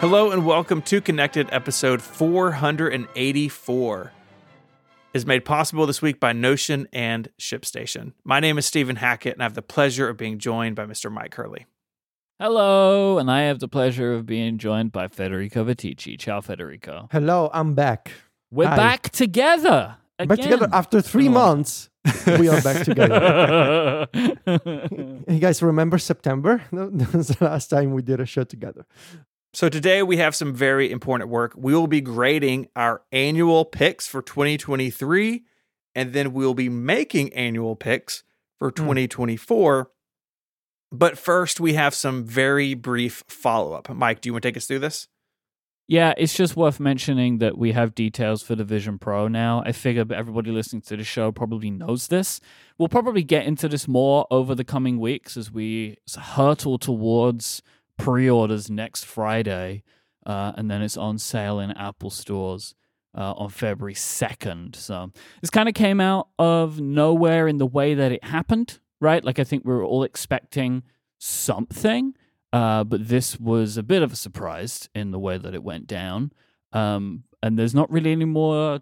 Hello and welcome to Connected episode 484. Is made possible this week by Notion and ShipStation. My name is Stephen Hackett, and I have the pleasure of being joined by Mr. Mike Hurley. Hello, and I have the pleasure of being joined by Federico Vitici. Ciao, Federico. Hello, I'm back. We're Hi. back together. Again. Back together after three Oh. months. we are back together. together. You guys remember September? That was the last time we did a show together. So, today we have some very important work. We will be grading our annual picks for 2023, and then we'll be making annual picks for 2024. But first, we have some very brief follow up. Mike, do you want to take us through this? yeah, it's just worth mentioning that we have details for the Vision Pro now. I figure everybody listening to the show probably knows this. We'll probably get into this more over the coming weeks as we hurtle towards pre orders next Friday. Uh, and then it's on sale in Apple stores uh, on February 2nd. So this kind of came out of nowhere in the way that it happened, right? Like I think we were all expecting something, uh, but this was a bit of a surprise in the way that it went down. Um, and there's not really any more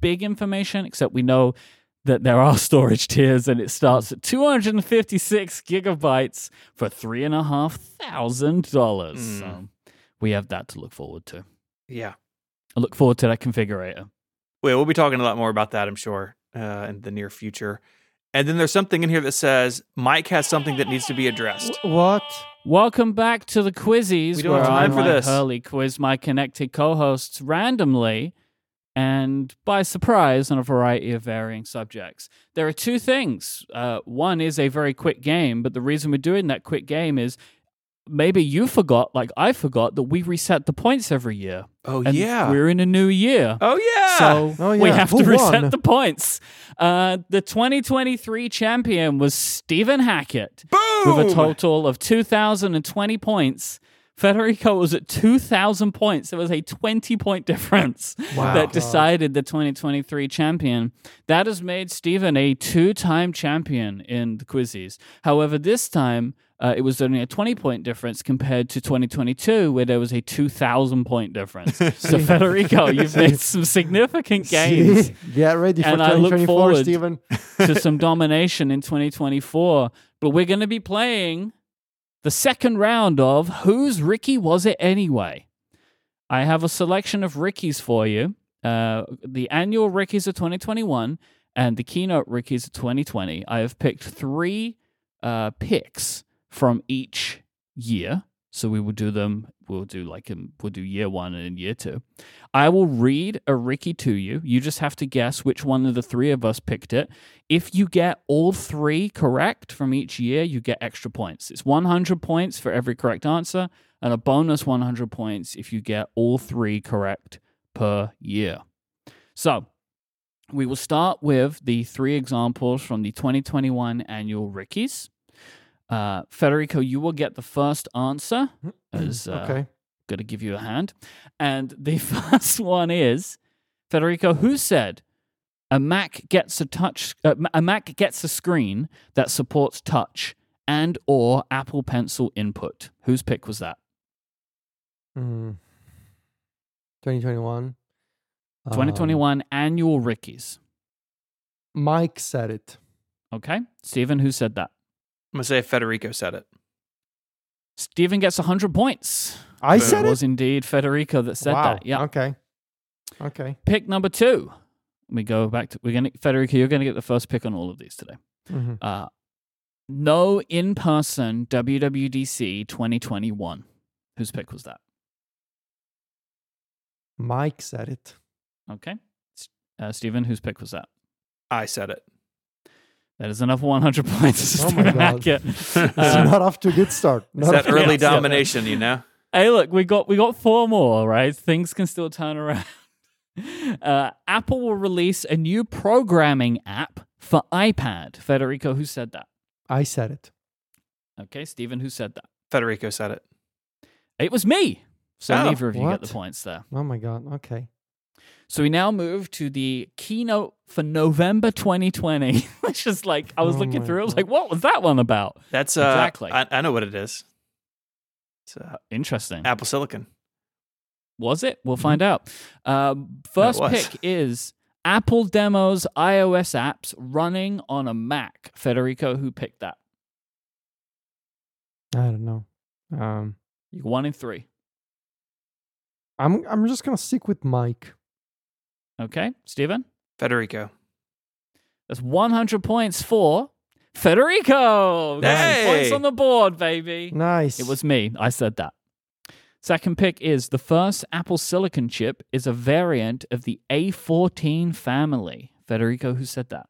big information, except we know that there are storage tiers and it starts at 256 gigabytes for three and a half thousand dollars. Mm. So we have that to look forward to. Yeah. I look forward to that configurator. Well, we'll be talking a lot more about that, I'm sure, uh, in the near future. And then there's something in here that says Mike has something that needs to be addressed. What? Welcome back to the Quizzies. We don't where have I, time for Mike this. Hurley quiz my connected co-hosts randomly and by surprise on a variety of varying subjects. There are two things. Uh, one is a very quick game, but the reason we're doing that quick game is maybe you forgot, like I forgot, that we reset the points every year. Oh And we're in a new year. Oh yeah. So Oh, we yeah. have Who to reset won? the points. Uh, the 2023 champion was Stephen Hackett boom. with a total of 2,020 points. Federico was at 2,000 points. There was a 20 point difference Wow. that God. decided the 2023 champion. That has made Stephen a two time champion in the quizzes. However, this time uh, it was only a 20 point difference compared to 2022, where there was a 2,000 point difference. so, Federico, you've made some significant gains See? Get ready for And I look 2024, forward- Stephen. to some domination in 2024. But we're going to be playing the second round of Whose Ricky Was It Anyway? I have a selection of Rickies for you uh, the annual Rickies of 2021 and the keynote Rickies of 2020. I have picked three uh, picks from each year. So we will do them. We'll do like um, we'll do year one and year two. I will read a Ricky to you. You just have to guess which one of the three of us picked it. If you get all three correct from each year, you get extra points. It's 100 points for every correct answer and a bonus 100 points if you get all three correct per year. So we will start with the three examples from the 2021 annual Rickies. Uh, Federico, you will get the first answer. As, uh, okay. going to give you a hand. And the first one is Federico, who said a Mac gets a touch, uh, a Mac gets a screen that supports touch and or Apple Pencil input. Whose pick was that? Mm. 2021. Um, 2021 annual Rickies. Mike said it. Okay, Stephen, who said that? I'm gonna say Federico said it. Stephen gets 100 points. I Boom. said it it. was indeed Federico that said wow. that. Yeah. Okay. Okay. Pick number two. We go back to we're gonna Federico. You're gonna get the first pick on all of these today. Mhm. Uh, no in person WWDC 2021. Whose pick was that? Mike said it. Okay. S- Uh, Stephen, whose pick was that? I said it. That is another 100 points. Oh my God. It's It's not off to a good start. It's Not that off to- early Yeah, yeah. domination, you know. Hey, look, we got we got four more, right? Things can still turn around. Uh, Apple will release a new programming app for iPad. Federico, who said that? I said it. Okay, Stephen, who said that? Federico said it. It was me. So Oh, neither of you get the Ah, what? points there. Oh my God. Okay. So we now move to the keynote for November 2020, which is like I was Oh looking my through. I was God. like, what was that one about? That's uh, Exactly. I, I know what it is. It's uh, Interesting. Apple Silicon. Was it? Mm-hmm. We'll find out. Uh, first was. pick is Apple Demos iOS apps running on a Mac. Federico, who picked that? I don't know. Um, You're one in three. I'm I'm just gonna stick with Mike. Okay, Steven? Federico. That's 100 points for Federico. Got some Hey! Points on the board, baby. Nice. It was me. I said that. Second pick is the first Apple Silicon chip is a variant of the A14 family. Federico, who said that?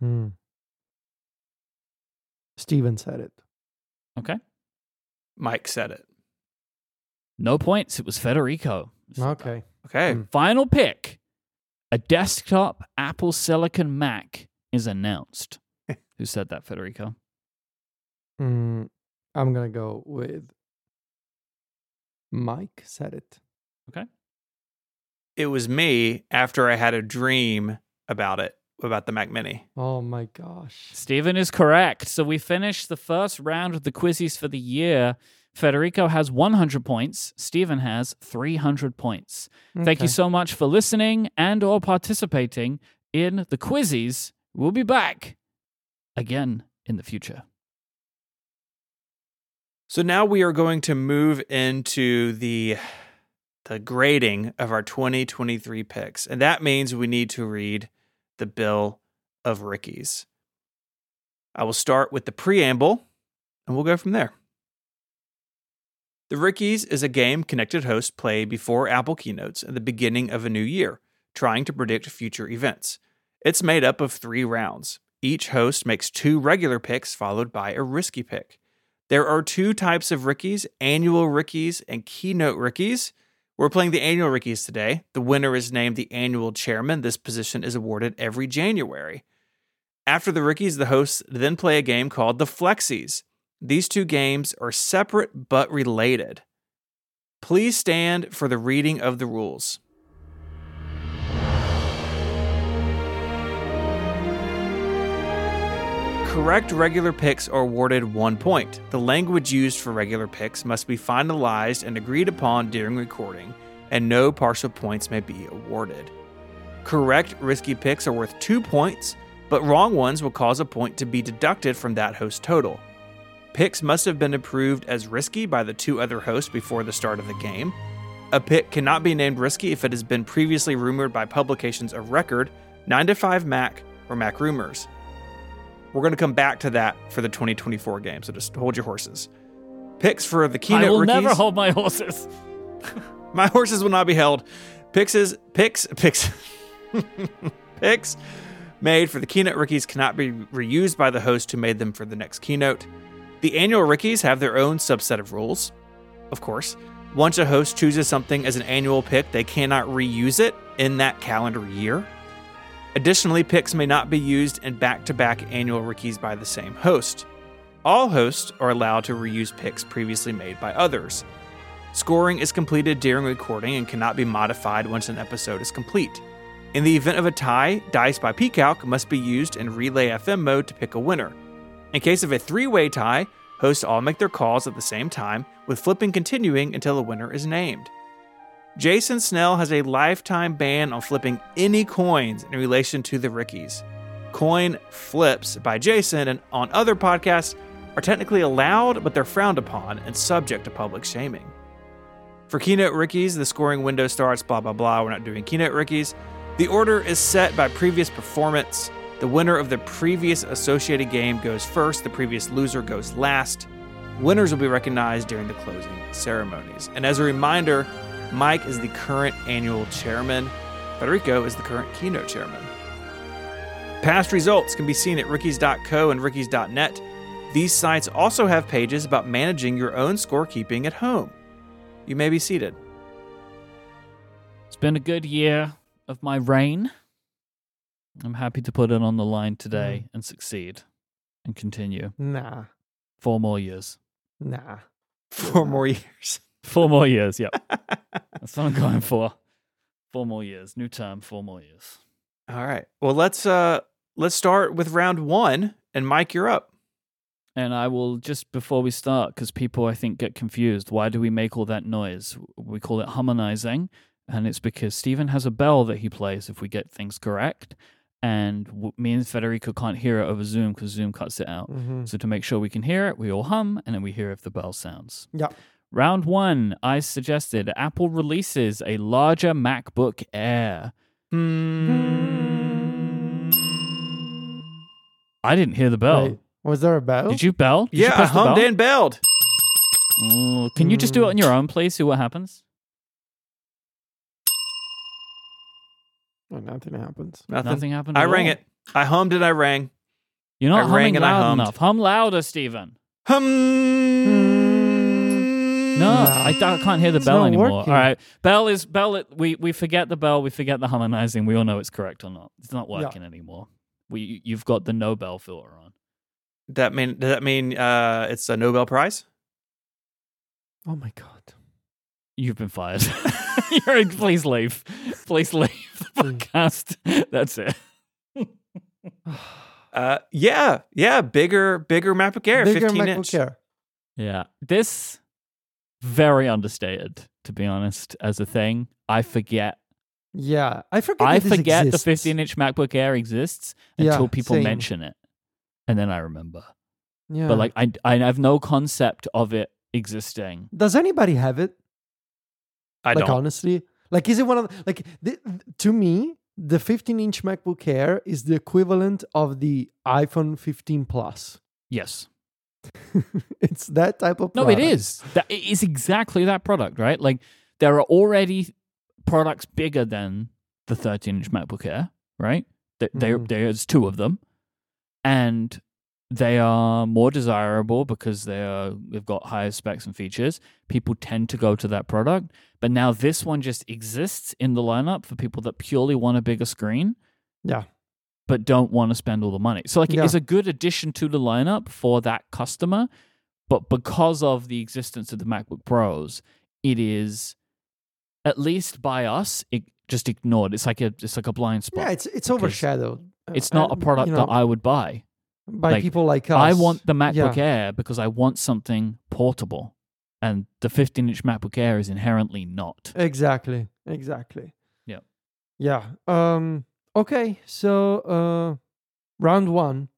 Hmm. Steven said it. Okay. Mike said it. No points. It was Federico. who said that. Okay. Okay. Hmm. Final pick. A desktop Apple Silicon Mac is announced. who said that, Federico? Mm, I'm gonna go with Mike said it. It was me after I had a dream about it, about the Mac Mini. Oh my gosh. Stephen is correct. So we finished the first round of the quizzes for the year. Federico has 100 points. Stephen has 300 points. Thank you Okay. so much for listening and or participating in the quizzes. We'll be back again in the future. So now we are going to move into the the grading of our 2023 picks. And that means we need to read the bill of Rickies. I will start with the preamble and we'll go from there. The Rickies is a game connected hosts play before Apple keynotes at the beginning of a new year, trying to predict future events. It's made up of three rounds. Each host makes two regular picks followed by a risky pick. There are two types of rookies annual rookies and keynote rookies. We're playing the annual rookies today. The winner is named the annual chairman. This position is awarded every January. After the rookies, the hosts then play a game called the Flexies. These two games are separate but related. Please stand for the reading of the rules. Correct regular picks are awarded one point. The language used for regular picks must be finalized and agreed upon during recording, and no partial points may be awarded. Correct risky picks are worth two points, but wrong ones will cause a point to be deducted from that host total. Picks must have been approved as risky by the two other hosts before the start of the game. A pick cannot be named risky if it has been previously rumored by publications of record, 9 to 5 Mac, or Mac Rumors. We're going to come back to that for the 2024 game, so just hold your horses. Picks for the keynote I will rookies. never hold my horses. My horses will not be held. Pixes, picks, picks, picks made for the keynote rookies cannot be reused by the host who made them for the next keynote. The annual rookies have their own subset of rules, of course. Once a host chooses something as an annual pick, they cannot reuse it in that calendar year. Additionally, picks may not be used in back to back annual rookies by the same host. All hosts are allowed to reuse picks previously made by others. Scoring is completed during recording and cannot be modified once an episode is complete. In the event of a tie, Dice by Peacock must be used in Relay FM mode to pick a winner. In case of a three way tie, hosts all make their calls at the same time, with flipping continuing until a winner is named. Jason Snell has a lifetime ban on flipping any coins in relation to the Rickies. Coin flips by Jason and on other podcasts are technically allowed, but they're frowned upon and subject to public shaming. For keynote rookies, the scoring window starts, blah, blah, blah. We're not doing keynote rookies. The order is set by previous performance. The winner of the previous associated game goes first, the previous loser goes last. Winners will be recognized during the closing ceremonies. And as a reminder, Mike is the current annual chairman, Federico is the current keynote chairman. Past results can be seen at rookies.co and rookies.net. These sites also have pages about managing your own scorekeeping at home. You may be seated. It's been a good year of my reign. I'm happy to put it on the line today Mm. and succeed and continue. Nah, Four more years. nah. Four more years. Four more years. Yep. That's what I'm going for. Four more years. New term, four more years. All right. Well, let's uh let's start with round one. And Mike, you're up. And I will just before we start, because people I think get confused. Why do we make all that noise? We call it harmonizing, and it's because Stephen has a bell that he plays if we get things correct, and w- me and Federico can't hear it over Zoom because Zoom cuts it out. Mm. Mhm. So to make sure we can hear it, we all hum, and then we hear if the bell sounds. Yeah. Round one, I suggested Apple releases a larger MacBook Air. Hmm. I didn't hear the bell. Wait, was there a bell? Oh. Did you bell? Did you Oh. yeah, I press the hummed bell? and belled. Ooh, can you just do it on your own, please? See what happens. Oh, nothing happens. Nothing. Nothing happened. I at rang all. it. I hummed and I rang. You're not I humming rang and I loud hummed. enough. Hum louder, Stephen. Hum. No, I, I can't hear the It's bell not anymore. working. All right, bell is bell. We we forget the bell. We forget the harmonizing. We all know it's correct or not. It's not Yeah. working anymore. We you've got the no bell filter on. That mean does that mean uh, it's a Nobel Prize? Oh my god. You've been fired. You're please leave. Please leave the Mm. podcast. That's it. Uh, yeah, yeah, bigger, bigger MacBook Air, Bigger fifteen MacBook inch. Air. Yeah. This very understated, to be honest, as a thing. I forget. Yeah, I forget. I that this forget exists. the 15 inch MacBook Air exists Yeah, until people same. mention it. And then I remember. Yeah. But like I I have no concept of it existing. does anybody have it? I like don't. honestly, like is it one of the- like the, to me the 15 inch MacBook Air is the equivalent of the iPhone 15 Plus. Yes. it's that type of No, product. it is. That it is exactly that product, right? Like there are already products bigger than the 13 inch MacBook Air, right? Th- there- Mhm. there's two of them, and they are more desirable because they are they've got higher specs and features. People tend to go to that product, but now this one just exists in the lineup for people that purely want a bigger screen. Yeah. But don't want to spend all the money. So like Yeah. it's a good addition to the lineup for that customer, but because of the existence of the MacBook Pros, it is at least by us it just ignored. It's like a it's like a blind spot. Yeah, it's, it's it's overshadowed. not Uh, a product you that know, I would buy. by like, people like us. I want the MacBook yeah. Air because I want something portable, and the 15 inch MacBook Air is inherently not. Exactly. Exactly. Yep. Yeah. Um okay, so uh round 1.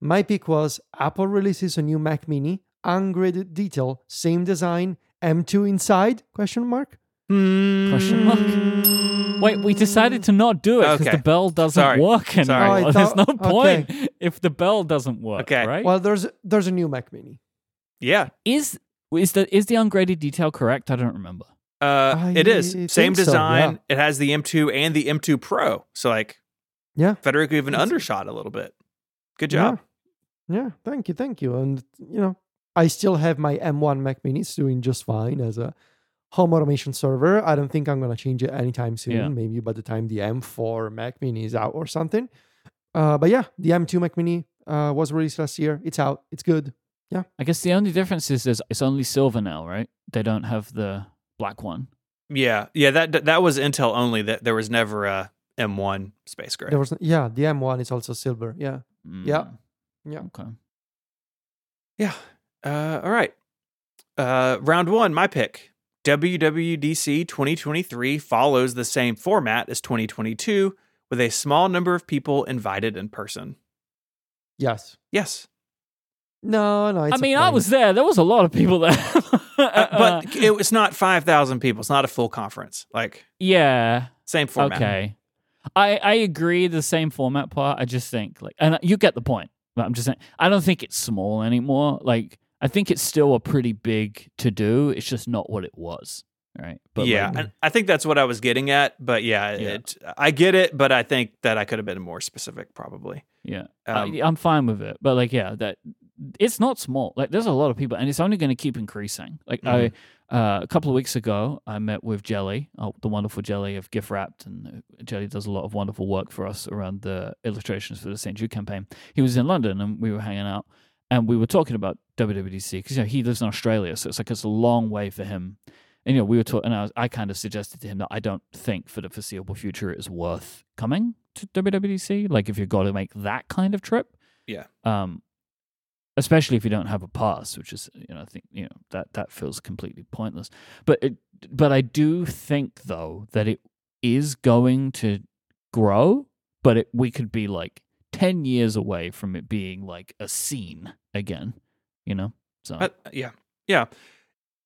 My pick was Apple releases a new Mac mini, ungraded detail, same design, M2 inside? Question mark. Hmm. Question mark. Mm. Wait, we decided to not do it because Okay. the bell doesn't Sorry. work anymore. Sorry. Oh, I There's no thought- okay. point if the bell doesn't work, Okay. right? Well, there's there's a new Mac mini. Yeah, is is the is the ungraded detail correct? I don't remember. uh, it is I same think so, design. It has the M2 and the M2 Pro. So like, Yeah. Federico even It's- undershot a little bit. Good job. Yeah. yeah, thank you, thank you. And you know, I still have my M1 Mac Mini. It's doing just fine as a home automation server. I don't think I'm gonna change it anytime soon. Yeah. Maybe by the time the M4 Mac Mini is out or something. Uh, but yeah, the M2 Mac Mini uh, was released last year. It's out. It's good. I guess the only difference is, is it's only silver now, right? They don't have the black one. Yeah, yeah. That that was Intel only. That there was never a M1 space gray. There was yeah, the M1 is also silver. Yeah, Mm. Yeah. yeah. Okay. Yeah. Uh, all right. Uh, round one, my pick. WWDC 2023 follows the same format as 2022 with a small number of people invited in person. Yes. Yes. No, no. It's I a mean, I plan. was there. There was a lot of people there. Uh, but Uh-uh. it, it's not 5,000 people. It's not a full conference. Like, yeah, same format. okay. I I agree the same format part. I just think like, and you get the point. But I'm just saying, I don't think it's small anymore. Like, I think it's still a pretty big to do. It's just not what it was, right? like, yeah. and I think that's what I was getting at. But yeah, Yeah. It, I get it. But I think that I could have been more specific, probably. Uh, yeah. Um, I, I'm fine with it, but like, yeah, that it's not small. Like, there's a lot of people, and it's only going to keep increasing. Like, I uh, a couple of weeks ago, I met with Jelly, oh, the wonderful Jelly of Gift Wrapped, and uh, Jelly does a lot of wonderful work for us around the illustrations for the St. Jude campaign. He was in London, and we were hanging out, and we were talking about WWDC because you know he lives in Australia, so it's like it's a long way for him. And you know, we were talking, and I, was, I kind of suggested to him that I don't think for the foreseeable future it is worth coming to WWDC. Like, if you've got to make that kind of trip, Yeah. um, especially if you don't have a pass, which is you know I think you know that that feels completely pointless. But it, but I do think though that it is going to grow, but it, we could be like ten years away from it being like a scene again, you know. So Uh, yeah. Yeah.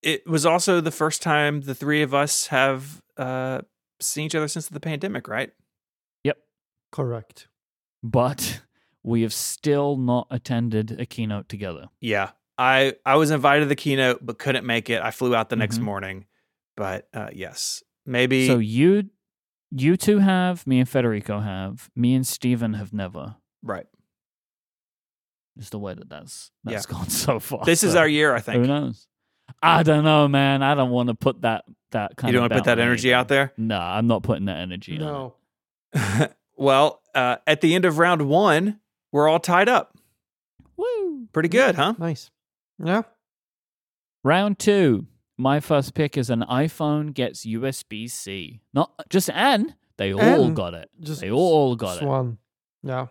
It was also the first time the three of us have uh, seen each other since the pandemic, right? Correct. but we have still not attended a keynote together. Yeah. I, I was invited to the keynote, but couldn't make it. I flew out the next Mhm. morning. But uh, yes, maybe. So you you two have, me and Federico have, me and Steven have never. right. Is the way that that's that's gone so far. This is So our year, I who think. knows? I don't know, man. I don't want to put that that kind You don't of want to put that energy out there? No, I'm not putting that energy on it. No. well, uh, at the end of round one, we're all tied up. Woo. Pretty good, huh? Nice. Yeah. Round two. My first pick is an iPhone gets USB C. Not just an. They all N. got it. Just They all got it. Swan. Yeah.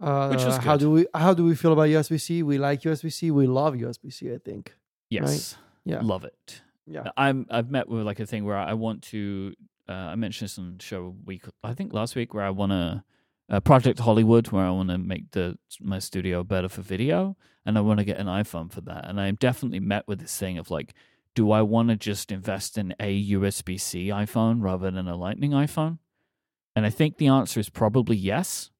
Uh, Which was how good. do we how do we feel about USB C? We like USB C. We love USB C. I think. Yes. Yeah. Love it. Uh, Yeah. I'm I've met with like a thing where I want to uh, I mentioned this on the show a week I think last week where I want to uh, Project Hollywood where I want to make the my studio better for video and I want to get an iPhone for that and I'm definitely met with this thing of like do I want to just invest in a USB C iPhone rather than a Lightning iPhone and I think the answer is probably yes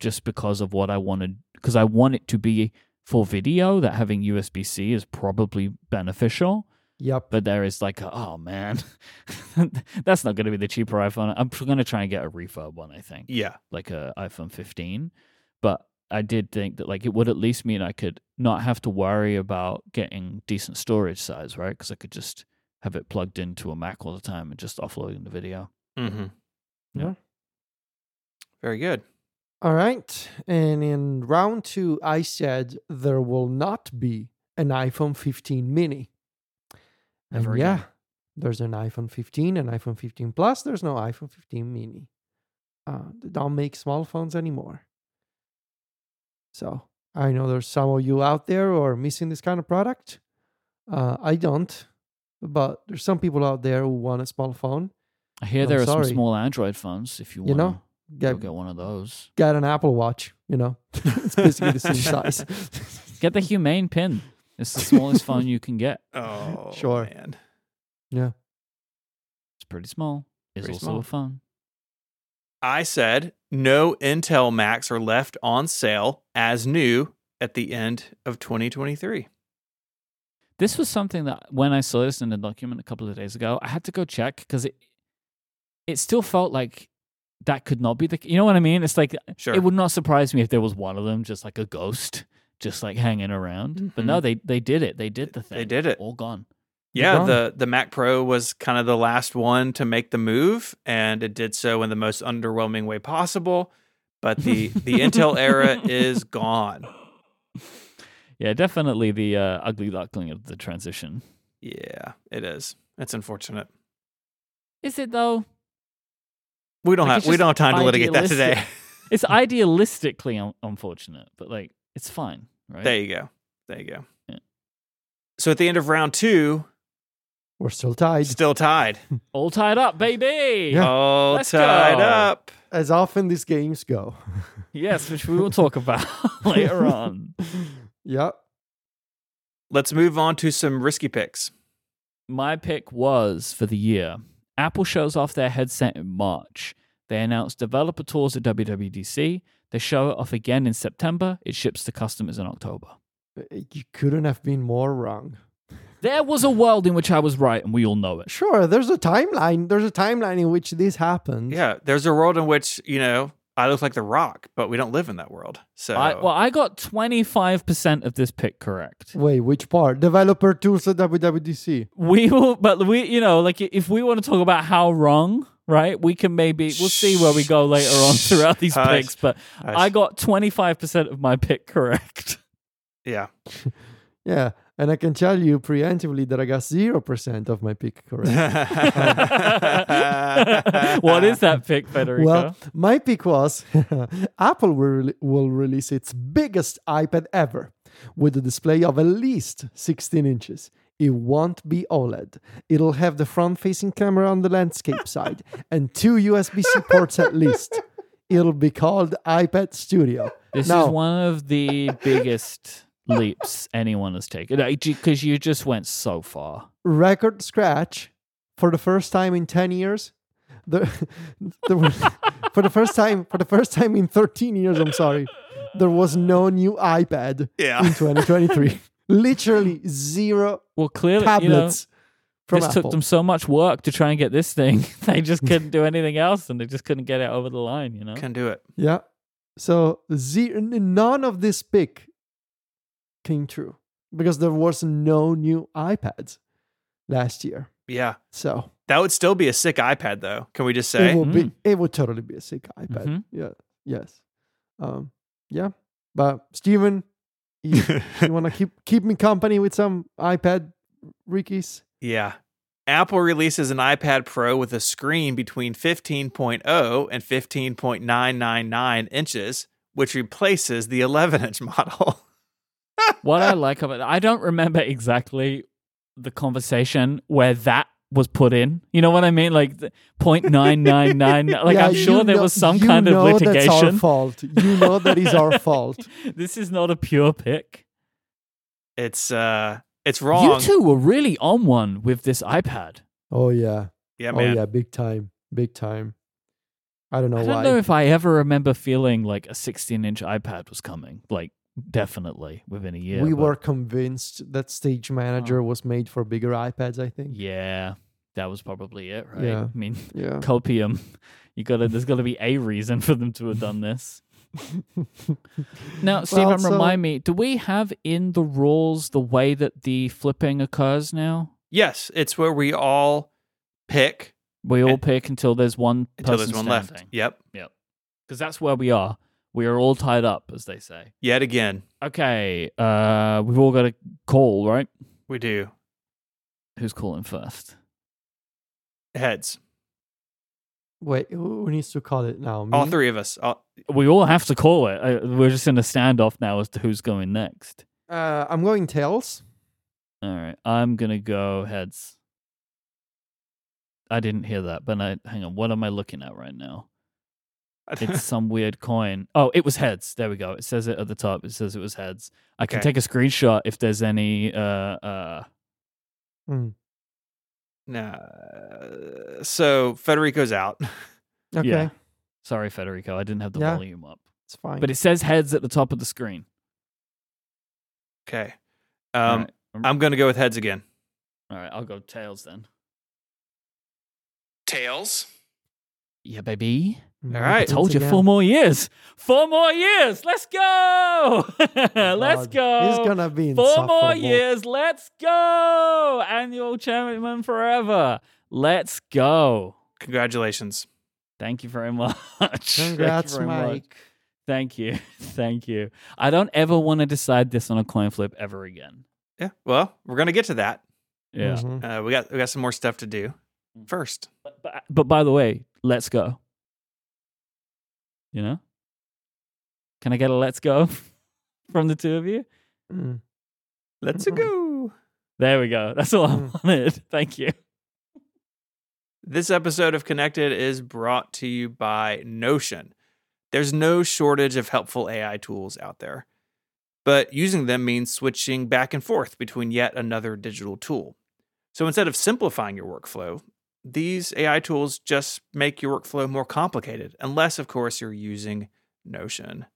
just because of what I wanted because I want it to be for video that having USB C is probably beneficial Yep. but there is like, a, oh man, that's not going to be the cheaper iPhone. I'm going to try and get a refurb one, I think, Yeah. like a iPhone 15. But I did think that like it would at least mean I could not have to worry about getting decent storage size, right? Because I could just have it plugged into a Mac all the time and just offloading the video. Mm-hmm. Yeah. Very good. All right. And in round two, I said there will not be an iPhone 15 mini. And Never yeah, again. there's an iPhone 15, an iPhone 15 Plus. There's no iPhone 15 mini. Uh, they don't make small phones anymore. So I know there's some of you out there who are missing this kind of product. Uh, I don't, but there's some people out there who want a small phone. I hear I'm there are sorry. some small Android phones if you You want know, to Get, get one of those. get an Apple Watch, you know, it's basically the same size. Get the Humane Pin. It's the smallest phone you can get. Oh, Sure. man. It's pretty small. It's Pretty also small. a phone. I said no Intel Macs are left on sale as new at the end of 2023. this was something that when I saw this in the document a couple of days ago, I had to go check because it it still felt like that could not be the you know what I mean? It's like Sure. it would not surprise me if there was one of them just like a ghost, just like hanging around. But no, they they did it. They did the thing. Mm-hmm. They did it. All gone. yeah, gone. the, the Mac Pro was kind of the last one to make the move, and it did so in the most underwhelming way possible. But the, the Intel era is gone. Yeah, definitely the uh, ugly duckling of the transition. Yeah, it is. It's unfortunate. Is it though? We don't Like, have it's we just don't have time to litigate that today. idealistic. It's idealistically un- unfortunate, but like it's fine, right? there you go. There you go. Yeah. So at the end of round two, We're still tied. still tied. All tied up, baby. Yeah. All Let's tied go. up. As often these games go. Yes, which we will talk about later on. yeah. Let's move on to some risky picks. My pick was for the year. Apple shows off their headset in March. They announce developer tours at WWDC. They show it off again in September. It ships to customers in October. You couldn't have been more wrong. There was a world in which I was right, and we all know it. Sure, there's a timeline. There's a timeline in which this happened. Yeah, there's a world in which you know I look like the Rock, but we don't live in that world. So I, well, I got 25% of this pick correct. Wait, which part? Developer tools at WWDC. We will, but we, you know, like if we want to talk about how wrong, right, we can maybe, we'll see where we go later on throughout these Hush. picks, but Hush. I got 25% of my pick correct. yeah, Yeah. And I can tell you preemptively that I got 0% of my pick correct. what is that pick, Federico? well, my pick was Apple will, rele- will release its biggest iPad ever. with a display of at least 16 inches. It won't be OLED. It'll have the front facing camera on the landscape side and two USB C ports at least. It'll be called iPad Studio. This Now- is one of the biggest leaps anyone has taken because you just went so far. record scratch for the first time in 10 years the, there was, for the first time for the first time in 13 years i'm sorry there was no new ipad in Yeah. 2023 literally zero Well, clearly, you know, tablets from this apple took them so much work to try and get this thing. they just couldn't do anything else, and they just couldn't get it over the line. You know, Can do it. yeah so zero, none of this pick came true because there was no new ipads last year Yeah. so That would still be a sick iPad though. Can we just It say? will Hmm. be. It will totally be a sick iPad. Mhm. Yeah. Yes. Um. Yeah. But Steven, you, you want to keep keep me company with some iPad Rickies? yeah. Apple releases an iPad Pro with a screen between 15.0 and 15.999 inches, which replaces the 11 inch model. what I like about I don't remember exactly the conversation where that was put in. You know what I mean? Like the 0.999. Like Yeah, I'm sure you there know- was some you kind of know That's our litigation. fault. You know that is our fault. this is not a pure pick. It's uh it's wrong. You two were really on one with this iPad. Oh yeah. yeah, oh man. yeah. Big time. Big time. I don't know I don't why. know if I ever remember feeling like a 16 inch iPad was coming. Like definitely within a year. we but- were convinced that Stage Manager was made for bigger iPads. I think. Yeah, that was probably it, right? Yeah. I mean, Yeah. copium. You gotta. There's got to be a reason for them to have done this. Now, Stephen, Well, so- remind me, do we have in the rules the way that the flipping occurs now? Yes, it's where we all pick We all And- pick until there's one until person there's one left. standing. Yep. Because that's where we are. We are all tied up, as they say. Yet again, Okay, uh, we've all got a call, right? we do Who's calling first? heads. Wait. Who who needs to call it now? All Mm-hmm. Me? three of us. All, We all have to call it. Uh, we're just in a standoff now as to who's going next. Uh, I'm going tails. All right, I'm gonna go heads. I didn't hear that, but I, hang on. What am I looking at right now? It's some weird coin. Oh, it was heads. There we go. It says it at the top. It says it was heads. I can Okay. take a screenshot if there's any. Uh, uh, Mm. nah. So Federico's out. Okay, Yeah. sorry, Federico, I didn't have the Yeah. volume up. it's fine. But it says heads at the top of the screen. Okay. Um, All right. I'm gonna go with heads again. All right, I'll go tails then. Tails. Yeah, baby. Hmm. all right. I told you four more years. Four more years. Let's go. Let's go. Oh He's gonna be Four more insufferable. years. Let's go. Annual chairman forever. Let's go. Congratulations. Thank you very much. Thank you Congrats, very much. Mike. Thank you. Thank you. I don't ever want to decide this on a coin flip ever again. Yeah. Well, we're gonna get to that. Yeah. Mhm. Uh, we got we got some more stuff to do. First, But, but, but by the way, let's go. You know? Can I get a let's go from the two of you? Mm. let's go. There we go. That's all I Mm. wanted. Thank you. This episode of Connected is brought to you by Notion. There's no shortage of helpful AI tools out there, but using them means switching back and forth between yet another digital tool. So instead of simplifying your workflow, these AI tools just make your workflow more complicated, unless, of course, you're using Notion.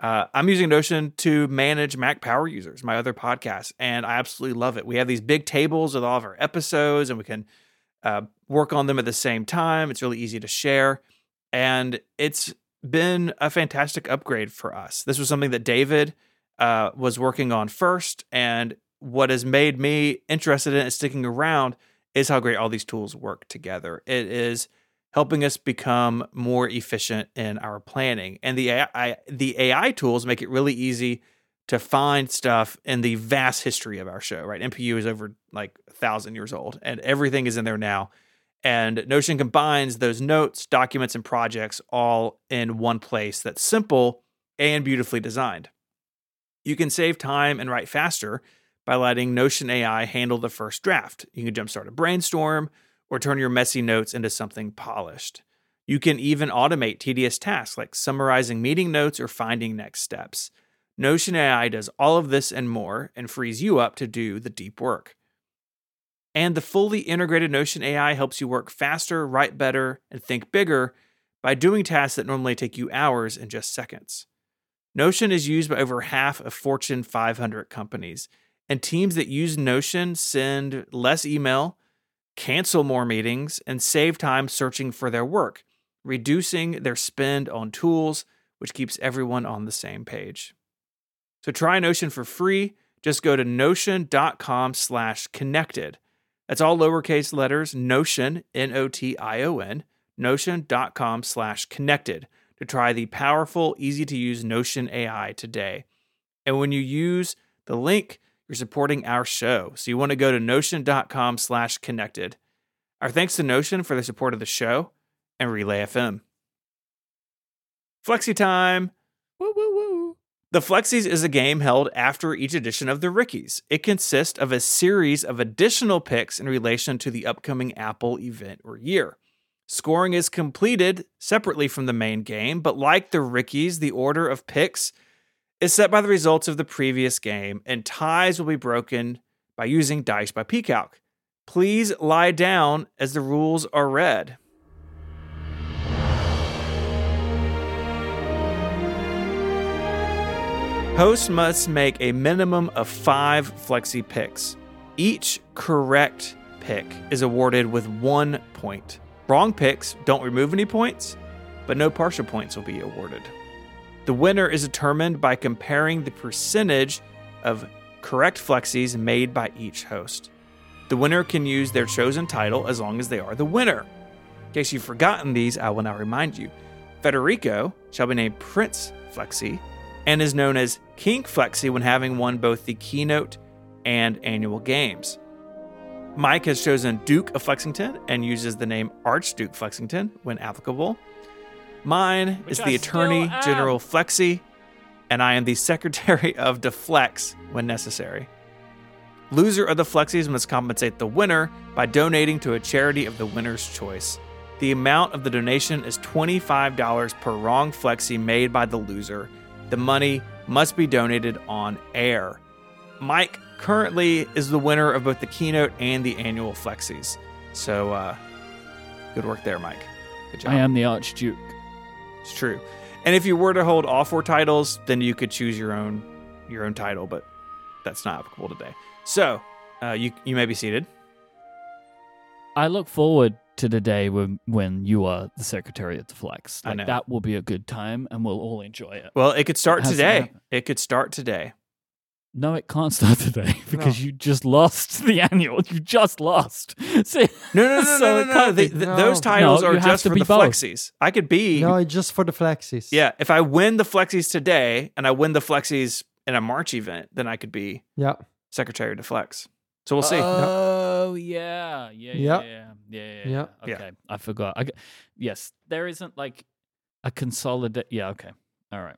Uh, I'm using Notion to manage Mac Power Users, my other podcast, and I absolutely love it. We have these big tables with all of our episodes, and we can uh, work on them at the same time. It's really easy to share. And it's been a fantastic upgrade for us. This was something that David uh, was working on first. And what has made me interested in it and sticking around is how great all these tools work together. It is helping us become more efficient in our planning. And the AI, the AI tools make it really easy to find stuff in the vast history of our show, right? MPU is over like a thousand years old and everything is in there now. And Notion combines those notes, documents, and projects all in one place that's simple and beautifully designed. You can save time and write faster by letting Notion AI handle the first draft. You can jumpstart a brainstorm or turn your messy notes into something polished. You can even automate tedious tasks like summarizing meeting notes or finding next steps. Notion AI does all of this and more and frees you up to do the deep work. And the fully integrated Notion AI helps you work faster, write better, and think bigger by doing tasks that normally take you hours in just seconds. Notion is used by over half of Fortune 500 companies, and teams that use Notion send less email, cancel more meetings, and save time searching for their work, reducing their spend on tools, which keeps everyone on the same page. So try Notion for free. Just go to notion.com slash connected. That's all lowercase letters, Notion, N O T I O N, notion.com slash connected to try the powerful, easy to use Notion AI today. And when you use the link, you're supporting our show. So you want to go to notion.com slash connected. Our thanks to Notion for the support of the show and Relay FM. Flexi time. Woo woo woo. The Flexies is a game held after each edition of the Rickies. It consists of a series of additional picks in relation to the upcoming Apple event or year. Scoring is completed separately from the main game, but like the Rickies, the order of picks is set by the results of the previous game, and ties will be broken by using dice by Peacock. Please lie down as the rules are read. Hosts must make a minimum of five flexi picks. Each correct pick is awarded with one point. Wrong picks don't remove any points, but no partial points will be awarded. The winner is determined by comparing the percentage of correct flexies made by each host. The winner can use their chosen title as long as they are the winner. In case you've forgotten these, I will now remind you. Federico shall be named Prince Flexi and is known as King Flexi when having won both the keynote and annual games. Mike has chosen Duke of Flexington and uses the name Archduke Flexington when applicable. Mine Which is I the still Attorney am. General Flexi, and I am the Secretary of Deflex when necessary. Loser of the Flexies must compensate the winner by donating to a charity of the winner's choice. The amount of the donation is $25 per wrong Flexi made by the loser. The money must be donated on air. Mike currently is the winner of both the keynote and the annual Flexies. So, uh, good work there, Mike. Good job. I am the Archduke. It's true. And if you were to hold all four titles, then you could choose your own your own title, but that's not applicable today. So, uh, you you may be seated. I look forward to the day when when you are the secretary at the Flex. I Like know. that will be a good time, and we'll all enjoy it. Well, it could start How's it today. happen? It could start today. No, it can't start today because you just lost the annual. You just lost. So, No, no, no, So no, no, it no. can't The, be- the, No. Those titles No, are you have just to for be the both. flexies. I could be No, it's just for the flexis. yeah. If I win the flexies today and I win the flexies in a March event, then I could be Yeah. secretary to flex. So we'll see. Oh yeah, yeah, yeah, yeah, Yeah. yeah. Yeah. yeah. Yeah. Okay, I forgot. I, g- yes, there isn't like a consolidate. Yeah. Okay. All right.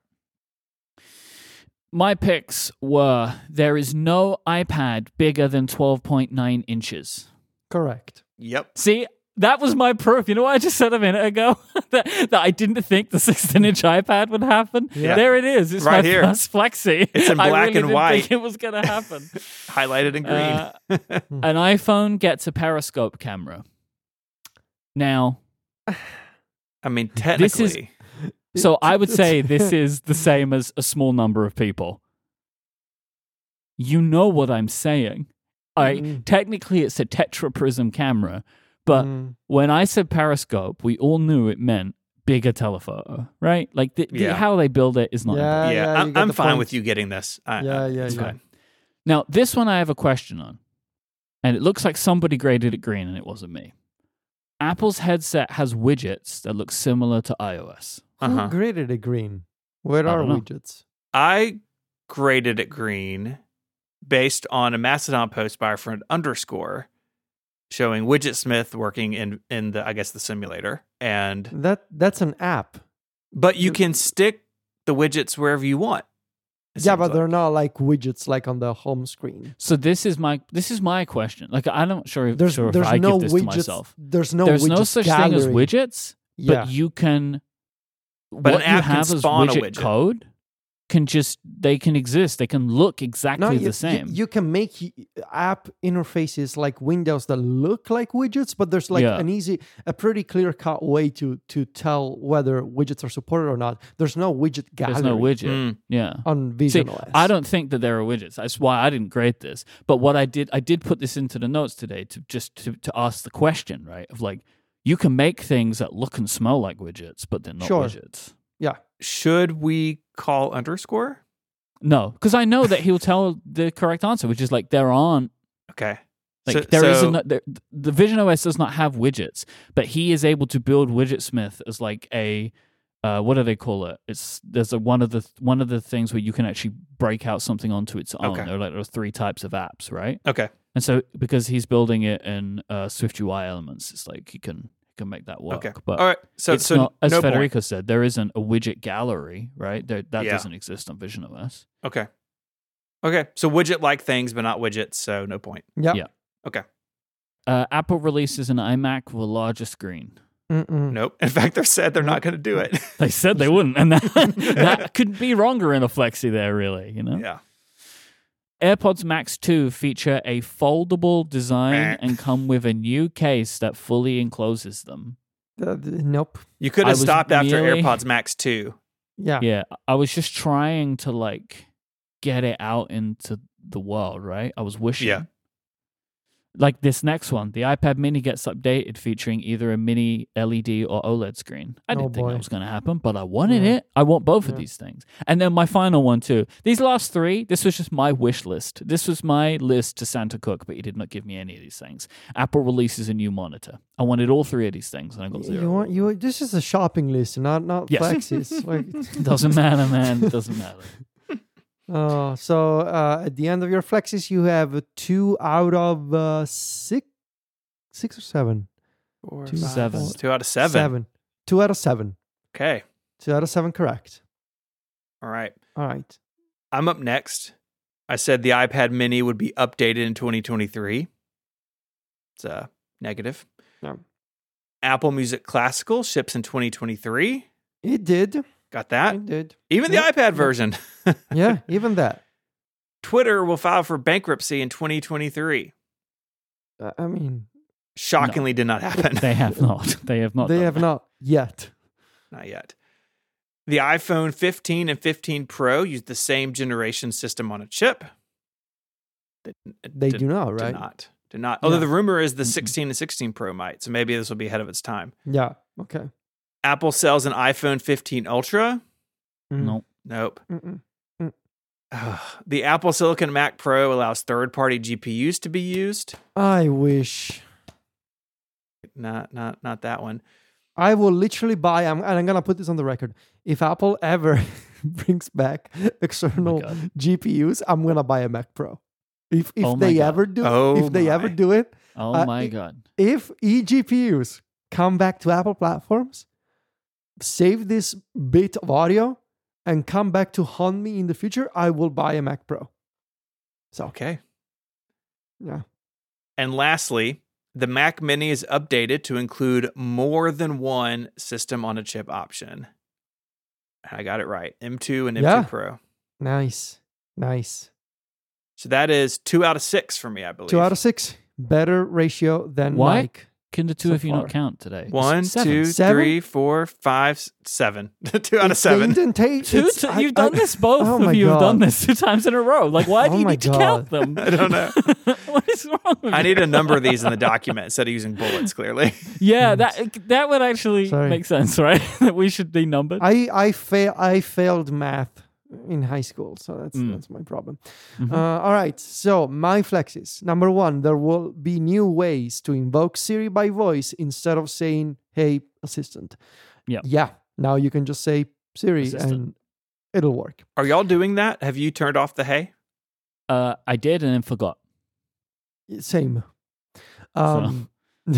My picks were: there is no iPad bigger than twelve point nine inches. Correct. Yep. See, that was my proof. You know what I just said a minute ago? that, that I didn't think the 16 inch iPad would happen. Yeah. There it is. It's Right my here. first flexi. It's in I black really and didn't white. Think it was going to happen. Highlighted in green. Uh, an iPhone gets a periscope camera. Now, I mean, this is- technically, so I would say this is the same as a small number of people. You know what I'm saying. I Mm-hmm. Mm. technically it's a tetra prism camera, but Mm. when I said periscope, we all knew it meant bigger telephoto, right? Like the, the- Yeah. how they build it is not. important. yeah, yeah, yeah, you I'm, get I'm the fine point. with you getting this. I, Yeah, I- yeah, it's yeah. fine. Now this one I have a question on, and it looks like somebody graded it green and it wasn't me. Apple's headset has widgets that look similar to iOS. Uh-huh. Who graded a green? Where I are don't know. widgets? I graded it green based on a Mastodon post by our friend underscore showing Widget Smith working in in the I guess the simulator. And That that's an app. but you can stick the widgets wherever you want. it yeah, seems but like. they're not like widgets like on the home screen. So this is my this is my question. Like I'm not sure if, There's sure if there's I no give this to widgets. myself. There's no There's widgets no such thing as gallery. widgets, Yeah, but you can. But what an you app can have as spawn a widget, widget. code can just they can exist. They can look exactly you, the you- same. You, can make y- app interfaces like Windows that look like widgets, but there's like Yeah. an easy, a pretty clear cut way to to tell whether widgets are supported or not. There's no widget gallery There's no widget. Mm. Yeah. on See, Vision OS. I don't think that there are widgets. That's why I didn't grade this. But what I did, I did put this into the notes today to just to, to ask the question, right? Of like, you can make things that look and smell like widgets, but they're not Sure. widgets. Should we call underscore? No, because I know that he'll tell the correct answer, which is like there aren't. Okay. So- Like there is so- a no- there, the Vision OS does not have widgets, but he is able to build Widgetsmith as like a uh, what do they call it? It's there's a one of the one of the things where you can actually break out something onto its own. Okay. There are like there are three types of apps, right? Okay. And so because he's building it in uh, Swift UI elements, it's like he can he can make that work. Okay. But All right. So it's so not, as no Federico said, there isn't a widget gallery, right? There, that Yeah. doesn't exist on Vision OS. Point. Okay. Okay. So widget like things, but not widgets. So no point. yeah. yeah. Uh, Apple releases an iMac with a larger screen. Hmm. Mm-mm. Nope. In fact, they've said they're not going to do it. They said they wouldn't, and that, that couldn't be wronger in a flexi there, really. You know, yeah. AirPods Max 2 feature a foldable design Eh. and come with a new case that fully encloses them. Uh, Th- th- nope. You could I have was stopped after merely- AirPods Max 2. Yeah. yeah i was just trying to like get it out into the world right i was wishing Yeah. like this next one the ipad mini gets updated featuring either a mini led or oled screen i Oh, didn't think boy. that was going to happen but i wanted Yeah. it i want both of Yeah. these things and then my final one too these last three this was just my wish list this was my list to santa cook but he did not give me any of these things apple releases a new monitor i wanted all three of these things and i got zero You want you? This is a shopping list, not not Yes. flexes. like, doesn't matter man doesn't matter Oh, so uh, at the end of your flexes, you have two out of uh, six, six or seven. Four, Two five, seven. six. Two out of seven. Two out of seven. Okay. Two out of seven. Correct. All right. All right. I'm up next. I said the iPad mini would be updated in 2023. It's a negative. No. Apple Music Classical ships in 2023. It did. Got Ah. that. It did. Even the Yep, iPad yep. version. Yeah. Even that. Twitter will file for bankruptcy in 2023. Uh, I mean, Shockingly, did not happen. they have not they have not they done have that. not yet. not yet. The iPhone 15 and 15 Pro use the same generation system on a chip. They, uh, They did- do not, did right? not. Did not. Although Yeah. the rumor is the Mm-mm. 16 and 16 Pro might, so maybe this will be ahead of its time. Yeah. Okay. Apple sells an iPhone 15 Ultra. Mm. No. Nope. Mm-mm. Ugh. The Apple Silicon Mac Pro allows third-party GPUs to be used. I wish Not, not, not that one. I will literally buy. I'm, and I'm gonna put this on the record. If Apple ever brings back external Oh God. GPUs, I'm gonna buy a Mac Pro. If if Oh my they God. ever do, Oh if they ever my. do it, Oh Uh, my it- god. if eGPUs come back to Apple platforms, save this bit of audio and come back to haunt me in the future, I will buy a Mac Pro. So Okay. yeah, And lastly, the Mac Mini is updated to include more than one system on a chip option. I got it right. M2 and M2 Yeah. Pro. nice, nice. So that is two out of six for me, I believe. Two out of six, better ratio than Why? Mike. Can the two So of you far. not count today? One, Seven. two, Seven? three, four, five, s- seven. two out of It's the seven. indenta- Two it's- t- I- you've done I- this both Oh my of you have done God. this two times in a row. Like why Oh do you my need to count God. them? I don't know. what is wrong with I you? need to number these in the document instead of using bullets, clearly. Yeah, that that would actually Mm. Sorry. make sense, right? that we should be numbered. I I fail I failed math in high school, so that's Mm. that's my problem. Mm-hmm. Mhm. Uh, all right, so my flexes. Number one, there will be new ways to invoke Siri by voice instead of saying "Hey assistant." Yeah. yeah. Now you can just say Siri Assistant. and it'll work. Are y'all doing that? Have you turned off the hay? Uh, I did and then forgot. Same. Um,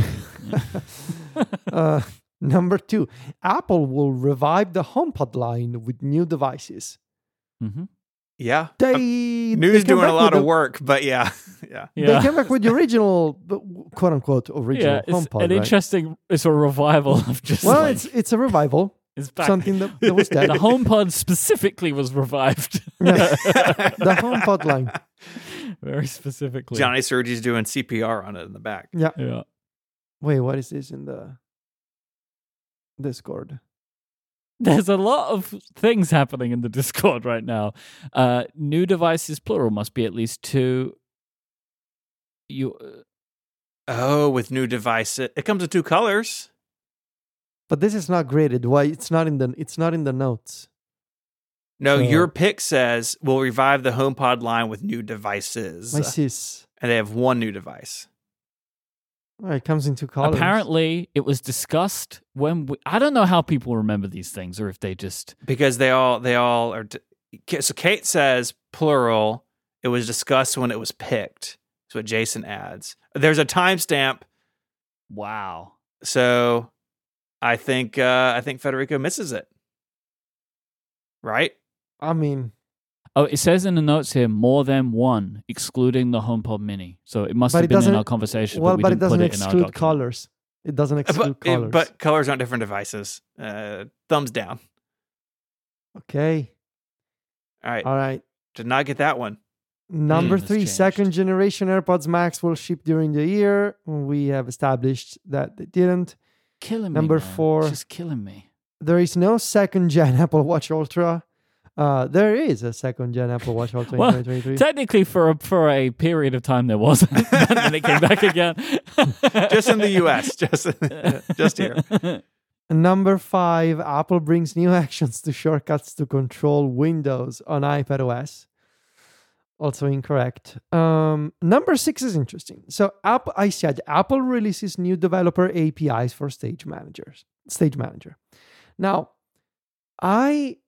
Mm-hmm. uh, number two, Apple will revive the HomePod line with new devices. hmm Yeah. They News they came doing back a lot with of the- work, but yeah. yeah. Yeah. They came back with the original, quote unquote, original yeah, it's HomePod. an right? interesting. It's a revival of just well, like, it's it's a revival. it's back. something that, that was dead. the HomePod specifically was revived, Yeah. the HomePod line. very specifically. Johnny Surge's doing CPR on it in the back. Yeah. Yeah. Wait, what is this in the Discord? There's a lot of things happening in the Discord right now. Uh, new devices plural must be at least two. You uh, Oh, with new device. It, it comes in two colors. But this is not graded. Why it's not in the it's not in the notes. No, So- your pick says we'll revive the HomePod line with new devices. uh, My sis. and they have one new device. Oh, it comes in two colors. apparently it was discussed when we, I don't know how people remember these things or if they just because they all they all are d- K- so kate says plural it was discussed when it was picked that's what jason adds there's a timestamp wow. so i think uh i think federico misses it right I mean, Oh, it says in the notes here more than one, excluding the HomePod Mini. So it must But have it been in doesn't- our conversation. well, we but it didn't put doesn't in our exclude document. Uh, eh, colors. It doesn't exclude but, colors. it- but colors aren't different devices uh thumbs down okay. all right All right. did not get that one Number Mm, that's three, changed. second generation AirPods Max will ship during the year. We have established that they didn't. Killing me. Number man. It's four. just killing me. There is no second gen Apple Watch Ultra. Uh, there is a second gen Apple Watch Ultra in Well, 2023. Technically, for a, for a period of time, there was, and then it came back again. just in the us just just here Number five, Apple brings new actions to shortcuts to control Windows on iPad OS. Also incorrect. Um, number six is interesting. So Apple, I said Apple releases new developer APIs for stage managers. Stage manager. Now, I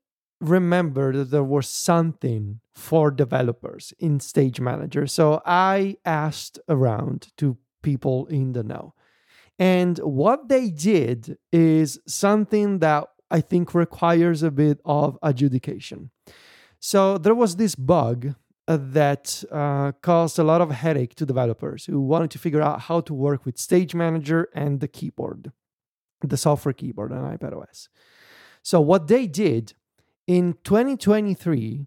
remember that there was something for developers in Stage Manager. So I asked around to people in the know. And what they did is something that I think requires a bit of adjudication. So there was this bug uh, that uh, caused a lot of headache to developers who wanted to figure out how to work with Stage Manager and the keyboard, the software keyboard on iPadOS. So what they did in 2023,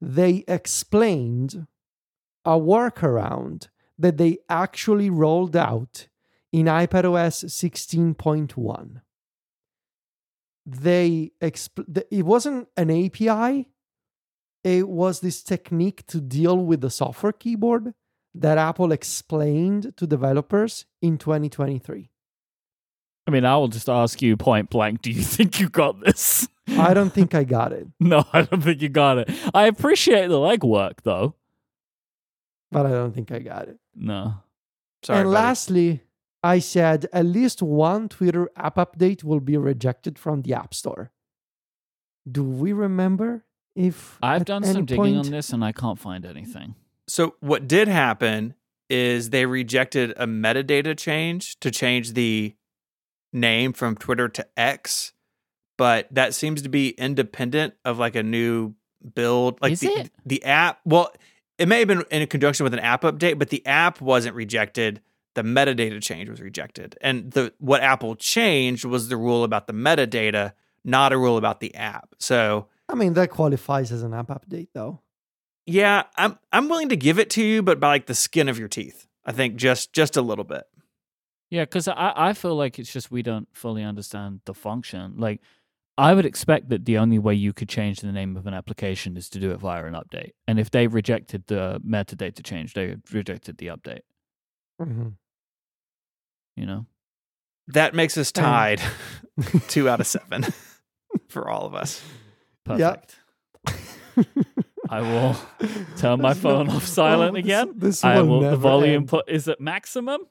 they explained a workaround that they actually rolled out in iPadOS 16.1. They expl- the- it wasn't an API. It was this technique to deal with the software keyboard that Apple explained to developers in 2023. I mean, I will just ask you point blank: Do you think you got this? I don't think I got it, No, I don't think you got it. I appreciate the legwork, though. but I don't think I got it. No. sorry and buddy. lastly, I said at least one Twitter app update will be rejected from the App Store. Do we remember if I've at done any some digging point- on this and I can't find anything. So what did happen is they rejected a metadata change to change the name from Twitter to X, but that seems to be independent of like a new build. Like Is the it? the app. Well, it may have been in conjunction with an app update, but the app wasn't rejected. The metadata change was rejected, and the what Apple changed was the rule about the metadata, not a rule about the app. So I mean, that qualifies as an app update, though. yeah, I'm I'm willing to give it to you, but by like the skin of your teeth. I think just just a little bit. Yeah, because I, I feel like it's just we don't fully understand the function. Like, I would expect that the only way you could change the name of an application is to do it via an update. And if they rejected the metadata change, they rejected the update, Mm-hmm. you know? That makes us Um. tied two out of seven for all of us. Yeah. Perfect. I will turn my There's no- phone off silent this- again. This, I will will the never volume end. put is at maximum.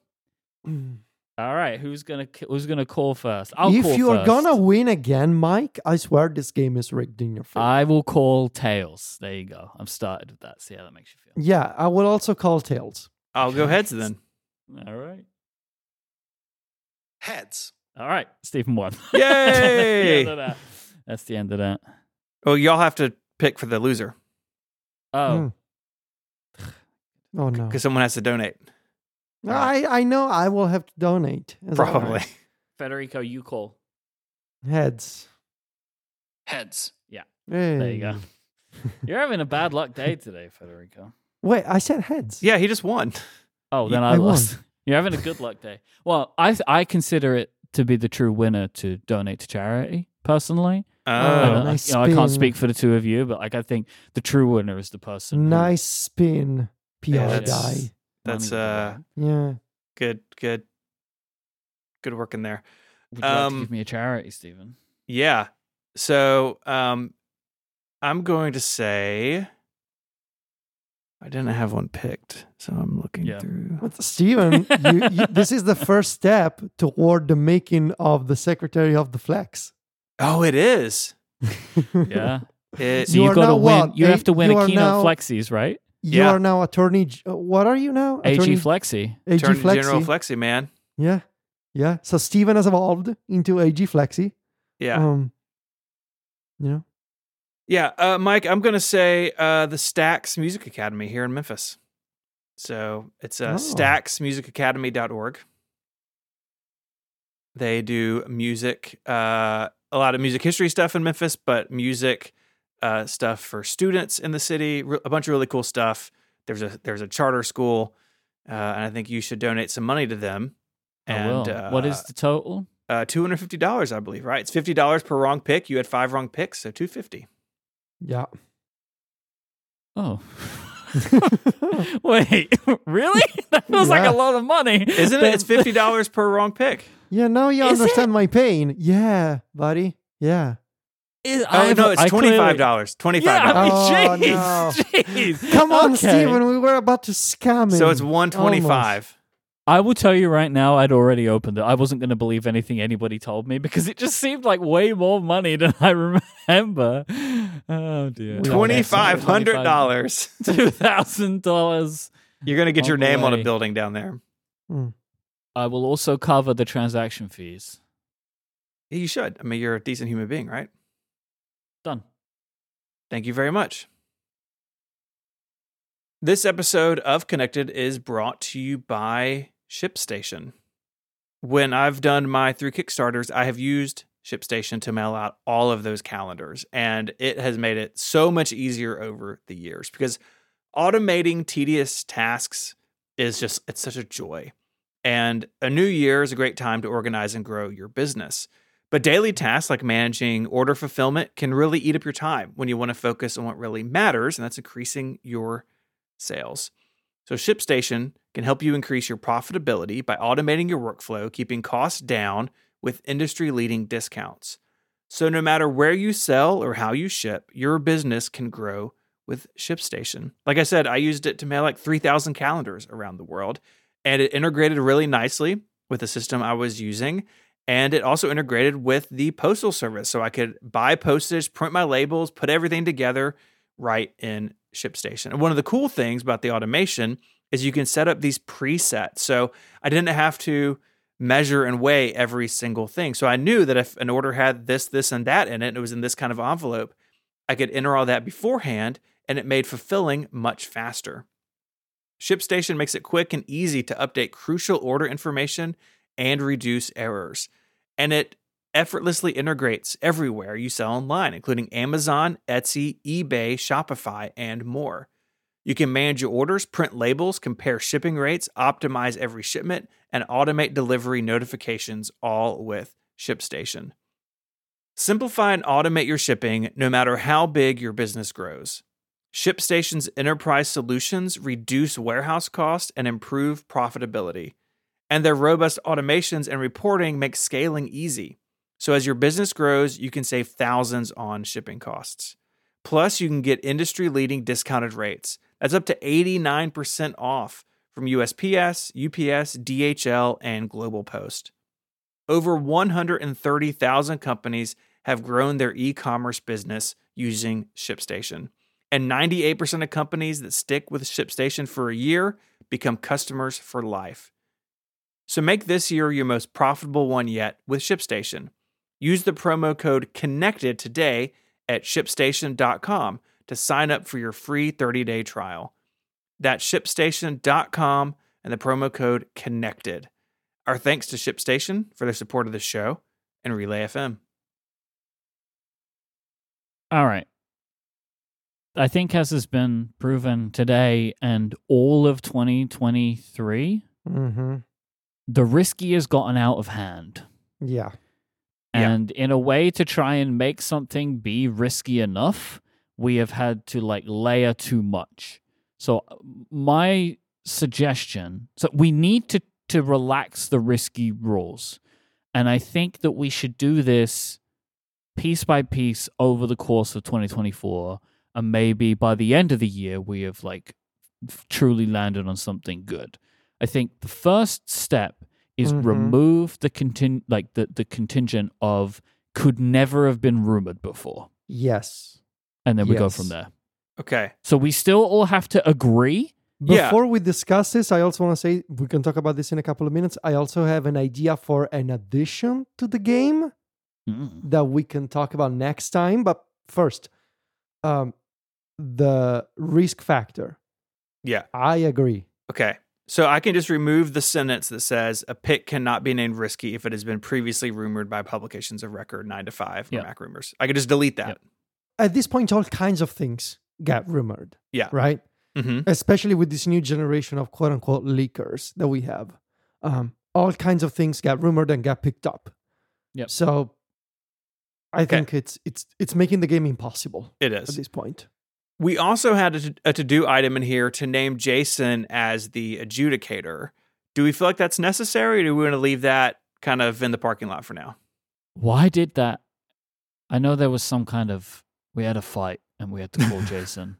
Mm. All right, who's gonna c- who's gonna call first? I'll if call you're first. gonna win again, Mike, I swear this game is rigged in your favor. I will call tails. There you go. I've started with that. See how that makes you feel. yeah, I will also call tails. I'll go heads then. All right. Heads. All right. Stephen won. Yay! That's the end of that. That's the end of that. Oh, Well, y'all have to pick for the loser. Oh, Hmm. Oh no! because someone has to donate. I I know I will have to donate. It's all right. Probably. Federico, you call. heads. Heads. There you go. You're having a bad luck day today, Federico. Wait, I said heads. Yeah, he just won. Oh, Y- then I, I won. lost. You're having a good luck day. Well, I th- I consider it to be the true winner to donate to charity. Personally, I, Oh, don't- Oh, nice you know, I can't spin. speak for the two of you, but like I think the true winner is the person. who- Nice spin, Pierre that's- Dai. that's Money uh, would Yeah. good, good, good work in there. you like to um, give me a charity, Stephen? Yeah. So um I'm going to say I didn't have one picked, so I'm looking Yeah. through. But Steven, you, you, this is the first step toward the making of the Secretary of the Flex. Oh, it is. Yeah. It, So You you are have got to now win. what? You A- have to win you a are Kino now- Flexies, right? You Yeah. are now attorney. G- What are you now? AG Attorney Flexi. AG turned Flexi. General Flexi, man. yeah. Yeah. So Steven has evolved into AG Flexi. Yeah. Oh. Um, you know, Yeah. Uh Mike, I'm gonna say uh the Stax Music Academy here in Memphis. So it's uh Oh. stacksmusicacademy.org. They do music, uh a lot of music history stuff in Memphis, but music uh, stuff for students in the city. Re- a bunch of really cool stuff. There's a there's a charter school, uh, and I think you should donate some money to them. I will. And uh, what is the total? uh, two hundred fifty dollars? I believe right. It's fifty dollars per wrong pick. You had five wrong picks, so two fifty. yeah. Oh. Wait, really? That feels like Yeah. a lot of money. Isn't it? But- It's fifty dollars per wrong pick. Yeah. Now you Is it? understand my pain. Yeah, buddy. Yeah. Is- Oh I've- no, it's I twenty clearly- five dollars. Twenty Yeah, five I dollars. mean, Oh, jeez, jeez. Come on, Okay. Steven. We were about to scam him. so it's one twenty five. I will tell you right now, I'd already opened it. I wasn't going to believe anything anybody told me because it just seemed like way more money than I remember. Oh dear, We Twenty five hundred dollars. two thousand dollars. You're gonna get your On name on a way. building down there. I will also cover the transaction fees. You should. I mean, you're a decent human being, right? Done. Thank you very much. This episode of Connected is brought to you by ShipStation. When I've done my three Kickstarters, I have used ShipStation to mail out all of those calendars, and it has made it so much easier over the years because automating tedious tasks is just, it's such a joy. And a new year is a great time to organize and grow your business. But daily tasks like managing order fulfillment can really eat up your time when you want to focus on what really matters, and that's increasing your sales. So, ShipStation can help you increase your profitability by automating your workflow, keeping costs down with industry leading discounts. So, no matter where you sell or how you ship, your business can grow with ShipStation. Like I said, I used it to mail like 3,000 calendars around the world, and it integrated really nicely with the system I was using. And it also integrated with the postal service. So I could buy postage, print my labels, put everything together right in ShipStation. And one of the cool things about the automation is you can set up these presets. So I didn't have to measure and weigh every single thing. So I knew that if an order had this, this, and that in it, and it was in this kind of envelope, I could enter all that beforehand and it made fulfilling much faster. ShipStation makes it quick and easy to update crucial order information and reduce errors. And it effortlessly integrates everywhere you sell online, including Amazon, Etsy, eBay, Shopify, and more. You can manage your orders, print labels, compare shipping rates, optimize every shipment, and automate delivery notifications all with ShipStation. Simplify and automate your shipping no matter how big your business grows. ShipStation's enterprise solutions reduce warehouse costs and improve profitability and their robust automations and reporting make scaling easy. So as your business grows, you can save thousands on shipping costs. Plus, you can get industry-leading discounted rates. That's up to 89% off from USPS, UPS, DHL, and Global Post. Over 130,000 companies have grown their e-commerce business using ShipStation. And 98% of companies that stick with ShipStation for a year become customers for life. So make this year your most profitable one yet with ShipStation. Use the promo code CONNECTED today at shipstation.com to sign up for your free 30-day trial. That's shipstation.com and the promo code connected. Our thanks to ShipStation for their support of the show and Relay FM. All right. I think, as has been proven today and all of 2023, hmm the risky has gotten out of hand. Yeah. Yeah. And in a way to try and make something be risky enough, we have had to like layer too much. So uh, my suggestion, so we need to to relax the risky rules. And I think that we should do this piece by piece over the course of 2024 and maybe by the end of the year we have like f- truly landed on something good. I think the first step is Mhm. remove the contin- like the, the contingent of could never have been rumored before. Yes. And then we go from Yes. there. Okay. So we still all have to agree. Yeah. Before we discuss this, I also want to say we can talk about this in a couple of minutes. I also have an idea for an addition to the game Mm. that we can talk about next time. But first, um, the risk factor. Yeah. I agree. Okay. So I can just remove the sentence that says a pick cannot be named risky if it has been previously rumored by publications of record nine to five or Yeah. Mac rumors. I could just delete that. At this point, all kinds of things get rumored. Yeah. Right? hmm Especially with this new generation of quote unquote leakers that we have. Um, all kinds of things get rumored and get picked up. Yep. So I Okay. think it's it's it's making the game impossible It at is. this point. We also had a to- a to do item in here to name Jason as the adjudicator. Do we feel like that's necessary or do we want to leave that kind of in the parking lot for now? Why did that? I know there was some kind of we had a fight and we had to call Jason.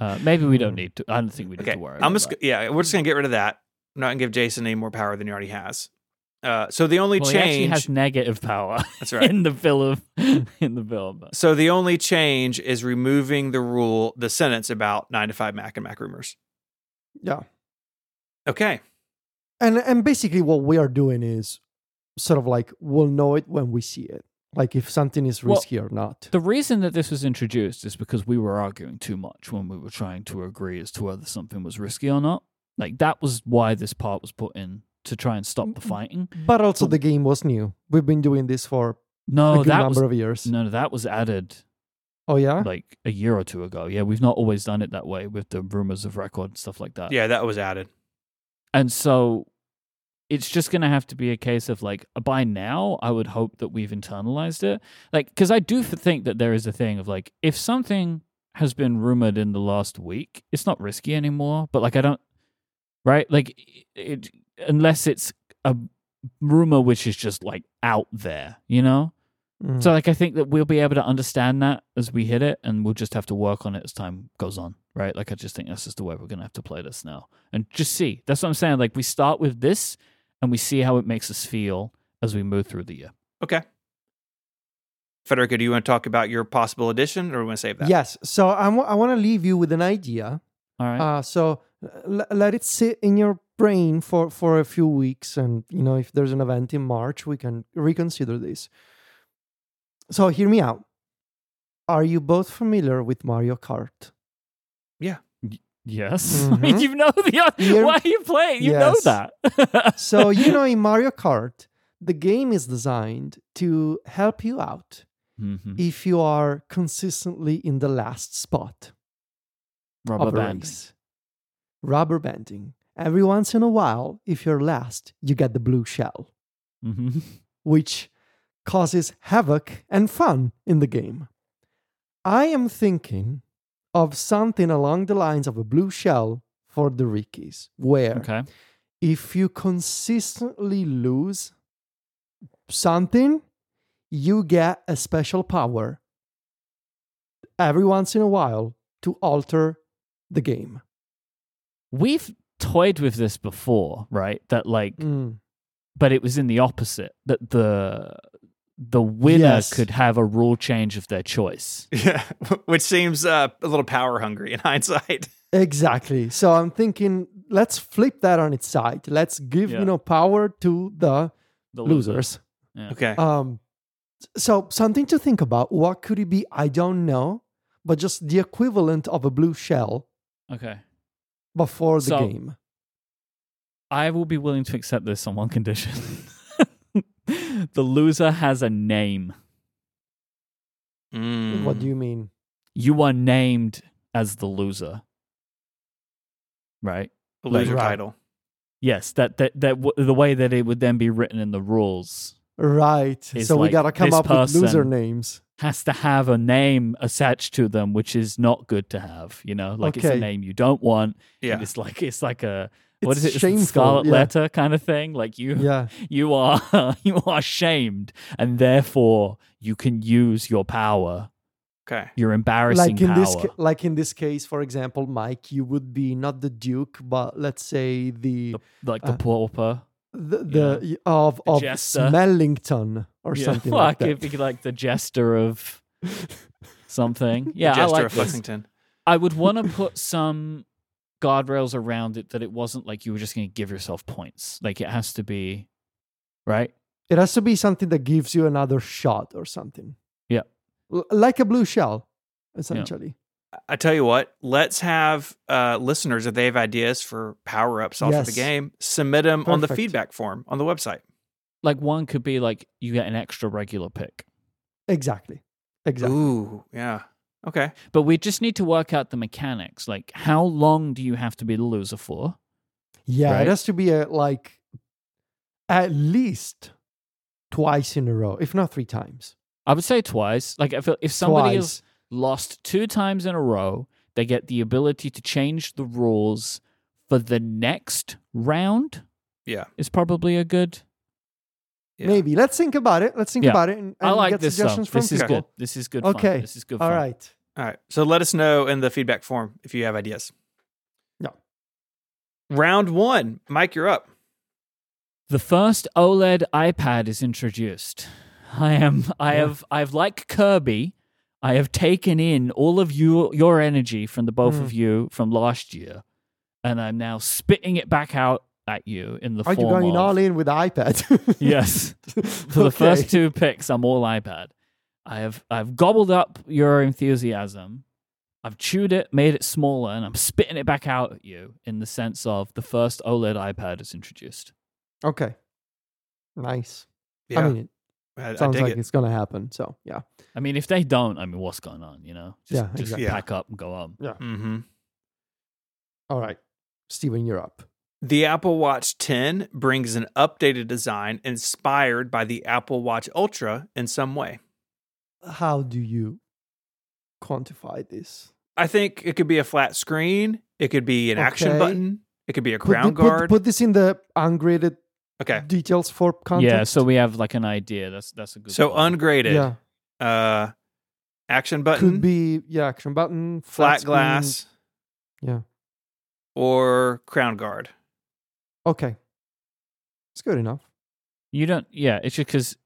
Uh, maybe we don't need to. I don't think we need Mm. Okay. to worry. I'm about just, that. yeah, we're just going to get rid of that. I'm not going to give Jason any more power than he already has. Uh, so the only Well, he actually change. has negative power that's right. in the film. in the film, but So the only change is removing the rule, the sentence about nine to five Mac and Mac rumors. Yeah. Okay. And and basically what we are doing is sort of like we'll know it when we see it. Like if something is Well, risky or not. the reason that this was introduced is because we were arguing too much when we were trying to agree as to whether something was risky or not. Like that was why this part was put in to try and stop Mm. the fighting. But also the game was new. We've been doing this for a No, good that number was of years. no, no, that was added Oh yeah? like a year or two ago. Yeah, we've not always done it that way with the rumors of record and stuff like that. Yeah, that was added. And so it's just going to have to be a case of like by now I would hope that we've internalized it. Like cuz I do f- think that there is a thing of like if something has been rumored in the last week, it's not risky anymore, but like I don't right? Like it, unless it's a rumor which is just like out there, you know? Mm. So like I think that we'll be able to understand that as we hit it, and we'll just have to work on it as time goes on, right? Like I just think that's just the way we're gonna have to play this now, and just see. That's what I'm saying. Like we start with this, and we see how it makes us feel as we move through the year. Okay. Federico, do you want to talk about your possible addition or we want to save that? Yes. So I'm, I want to leave you with an idea. All right. Uh, so l- let it sit in your brain for, for a few weeks. And, you know, if there's an event in March, we can reconsider this. So hear me out. Are you both familiar with Mario Kart? yes. I mean, mhm. you know the. You're- Why are you playing? You Yes. know that. So, you know, in Mario Kart, the game is designed to help you out Mhm. if you are consistently in the last spot. rubber of a band. race. Rubber banding. Every once in a while, if you're last, you get the blue shell, Mhm. which causes havoc and fun in the game. I am thinking of something along the lines of a blue shell for the Rickies, where Okay. if you consistently lose something, you get a special power every once in a while to alter the game. We've toyed with this before, right? That like but it was in the opposite that the the winner Yes. could have a rule change of their choice. Yeah. Which seems uh, a little power hungry in hindsight. Exactly. So I'm thinking, let's flip that on its side. Let's give Yeah. you know power to the, The loser. losers. Yeah. Oh, Okay. Um, so something to think about. What could it be? I don't know, but just the equivalent of a blue shell Okay. before the So- game. I will be willing to accept this on one condition. the loser has a name. Mm, What do Mm. you mean? You are named as the loser. Right? Loser Right. title. Yes, that that that w- the way that it would then be written in the rules Right. It's So we like gotta come this up with loser person- names. has to have a name attached to them, which is not good to have. You know, like it's a Okay. name you don't want. and Yeah. it's like it's like a what It's is it? It's the shameful, Scarlet yeah. letter kind of thing. Like you Yeah. you are you are shamed, and therefore you can use your power, Okay. your embarrassing Like in power. this ca- like in this case, for example, Mike, you would be not the Duke, but let's say the The- like the uh, pauper the, the y- of The of jester. Smellington or Yeah. something like like it'd that. be like the jester of something. Yeah, Jester I like of this. Lexington. I would want to put some guardrails around it that it wasn't like you were just going to give yourself points. Like it has to be right. It has to be something that gives you another shot or something. Yeah. L- like a blue shell, essentially. I tell you what, let's have uh, listeners, if they have ideas for power ups off of the Yes. game, submit them on the Perfect. feedback form on the website. Like one could be like you get an extra regular pick, Exactly. Exactly. Ooh, yeah. Okay. but we just need to work out the mechanics. Like how long do you have to be the loser for? Yeah, Right. it has to be a, like at least twice in a row, if not three times. I would say twice. Like if if somebody twice. is lost two times in a row, they get the ability to change the rules for the next round. Yeah. Is probably a good. Yeah. Maybe. Let's think about it. Let's think Yeah. about it and, I and like get this. Though. suggestions from This is people. good. This is good. Fun. Okay. This is good. All fun. right. All right. So let us know in the feedback form if you have ideas. No. Round one. Mike, you're up. The first OLED iPad is introduced. I am. I Yeah. have. I've like Kirby. I have taken in all of you, your energy from the both Hmm. of you from last year, and I'm now spitting it back out at you in the Are you form going of all in with the iPad? yes. For the first two picks, I'm all iPad. I have I've gobbled up your enthusiasm. I've chewed it, made it smaller, and I'm spitting it back out at you in the sense of the first OLED iPad is introduced. Okay. Nice. Yeah. I mean, I, I it sounds dig like it. it's going to happen. So, yeah. I mean, if they don't, I mean, what's going on? You know, just, Yeah, just exactly. Yeah. pack up and go on. Mm-hmm. All right. Steven, you're up. The Apple Watch 10 brings an updated design inspired by the Apple Watch Ultra in some way. How do you quantify this? I think it could be a flat screen, it could be an action Okay. button, it could be a Put crown thi- put, guard. Put this in the ungraded okay. details for context. Yeah, so we have like an idea. That's that's a good. So call. ungraded. Yeah. Uh action button, Could be yeah, action button, flat screen. glass. Yeah. Or crown guard. Okay, it's good enough. you don't. Yeah, it's just because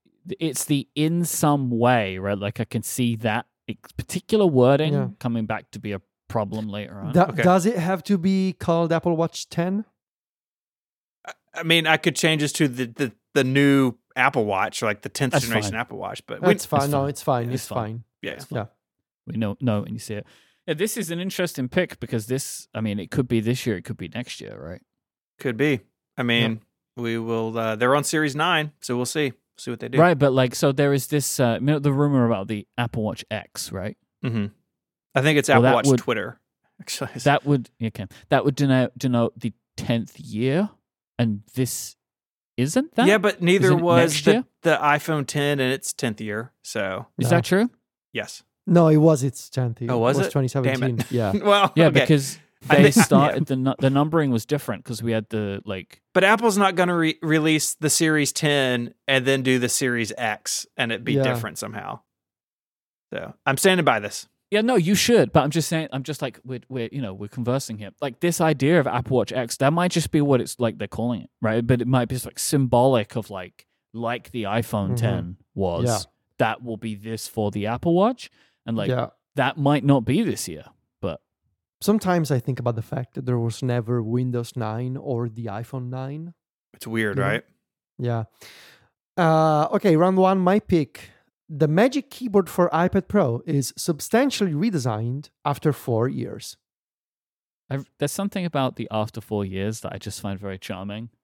it's the in some way, right? Like I can see that e-, particular wording Yeah. coming back to be a problem later on. Do- Okay. Does it have to be called Apple Watch 10? I mean, I could change this to the the, the new Apple Watch, or like the 10th That's generation fine. Apple Watch, but we, That's fine. No, fine. it's fine. It's It's, fine. fine. yeah. we know know when you see it. Yeah, this is an interesting pick because this, I mean, it could be this year, it could be next year, right? Could be. I mean, we will. Uh, they're on Series Nine, so we'll see. See what they do. Right, but like, so there is this, uh, you know, the rumor about the Apple Watch X, right? hmm I think it's Well, Apple that Watch would- Twitter. Actually, it's- That would okay, that would denote denote the tenth year, and this isn't that. yeah, but neither Isn't it was next the, year? the iPhone 10 in its 10th year. So is No. that true? yes. No, it was its 10th. year. Oh, was it? it? Damn it. 2017. Yeah. well, Uh, Yeah, okay. because I they think- yeah. started the nu- the numbering was different because we had the like but Apple's not going to re- release the Series 10 and then do the Series X and it be Yeah. different somehow. So I'm standing by this. Yeah, no, you should. But I'm just saying, I'm just like we're, we're you know we're conversing here. Like this idea of Apple Watch X, that might just be what it's like they're calling it, right? But it might be just like symbolic of like like the iPhone Mm-hmm. 10 Mhm. was. Yeah. That will be this for the Apple Watch, and like yeah. that might not be this year. Sometimes I think about the fact that there was never Windows 9 or the iPhone 9. It's weird, Yeah. right? Yeah. Uh, okay, round one. My pick. The Magic Keyboard for iPad Pro is substantially redesigned after four years. i there's something about the after four years that I just find very charming.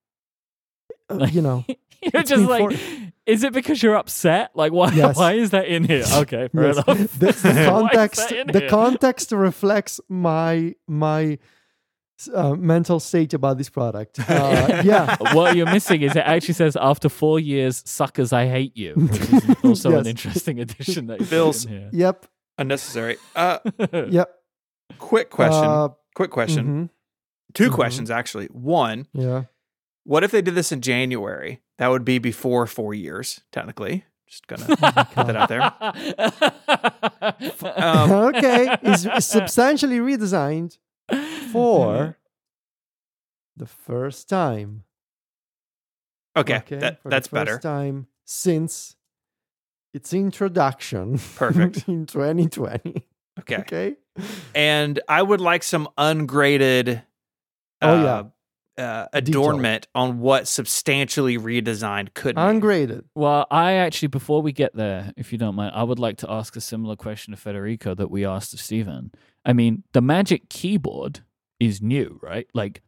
Uh, you know, You're It's just been four- like, is it because you're upset? Like, why? Yes. Why is that in here? Okay, fair Yes. enough. the, the Why is context that in the here? context reflects my my uh, mental state about this product. Uh, yeah, what you're missing is it actually says after four years, suckers, I hate you. Which is also Yes. an interesting addition that you've Phil's- in here. yep, Unnecessary. Uh, yep. quick question. Uh, quick question. mm-hmm. mhm, 2 mhm. questions actually. One, mm-hmm. yeah. what if they did this in January? That would be before four years, technically. Just gonna put that out there. Um, okay, it's it's substantially redesigned Mm-hmm. for the first time. Okay, that, for the that's better. First time since its introduction Perfect. in 2020. Okay. Okay. and I would like some ungraded. Oh, yeah. yeah. Uh, Detail. adornment on what substantially redesigned could be. Ungraded. Well, I actually, before we get there, if you don't mind, I would like to ask a similar question to Federico that we asked of Stephen. I mean, the Magic Keyboard is new, right? Like,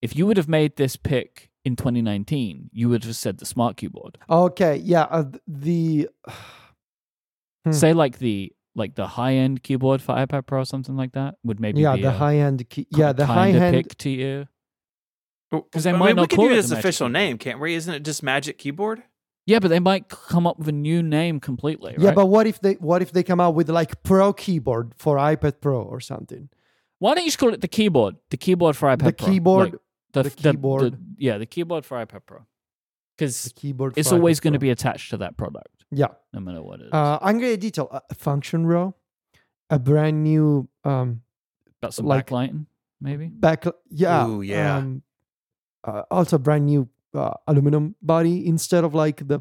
if you would have made this pick in 2019, you would have said the Smart Keyboard. Okay. Yeah. Uh, th- the Hmm. Say like the like the high end keyboard for iPad Pro or something like that would maybe uh, yeah be the a high end. Key, ki- yeah, the kinda high end. pick to you. Because they might Oh, we not can call do it this the Magic official Keyboard. name, can't we? Isn't it just Magic Keyboard? Yeah, but they might c- come up with a new name completely. Yeah, right? but what if they what if they come out with like Pro keyboard for iPad Pro or something? why don't you just call it the keyboard? The keyboard for iPad the Pro. keyboard, Like, the, the f- the- the- keyboard. yeah, the keyboard for iPad Pro. Because the keyboard. it's for always iPad going to Pro. be attached to that product, yeah. no matter what it is. Uh, I'm going to detail a a function row, a brand new um, Got some like- backlighting, maybe. back yeah Ooh, yeah. um, uh, also brand new uh, aluminum body instead of like the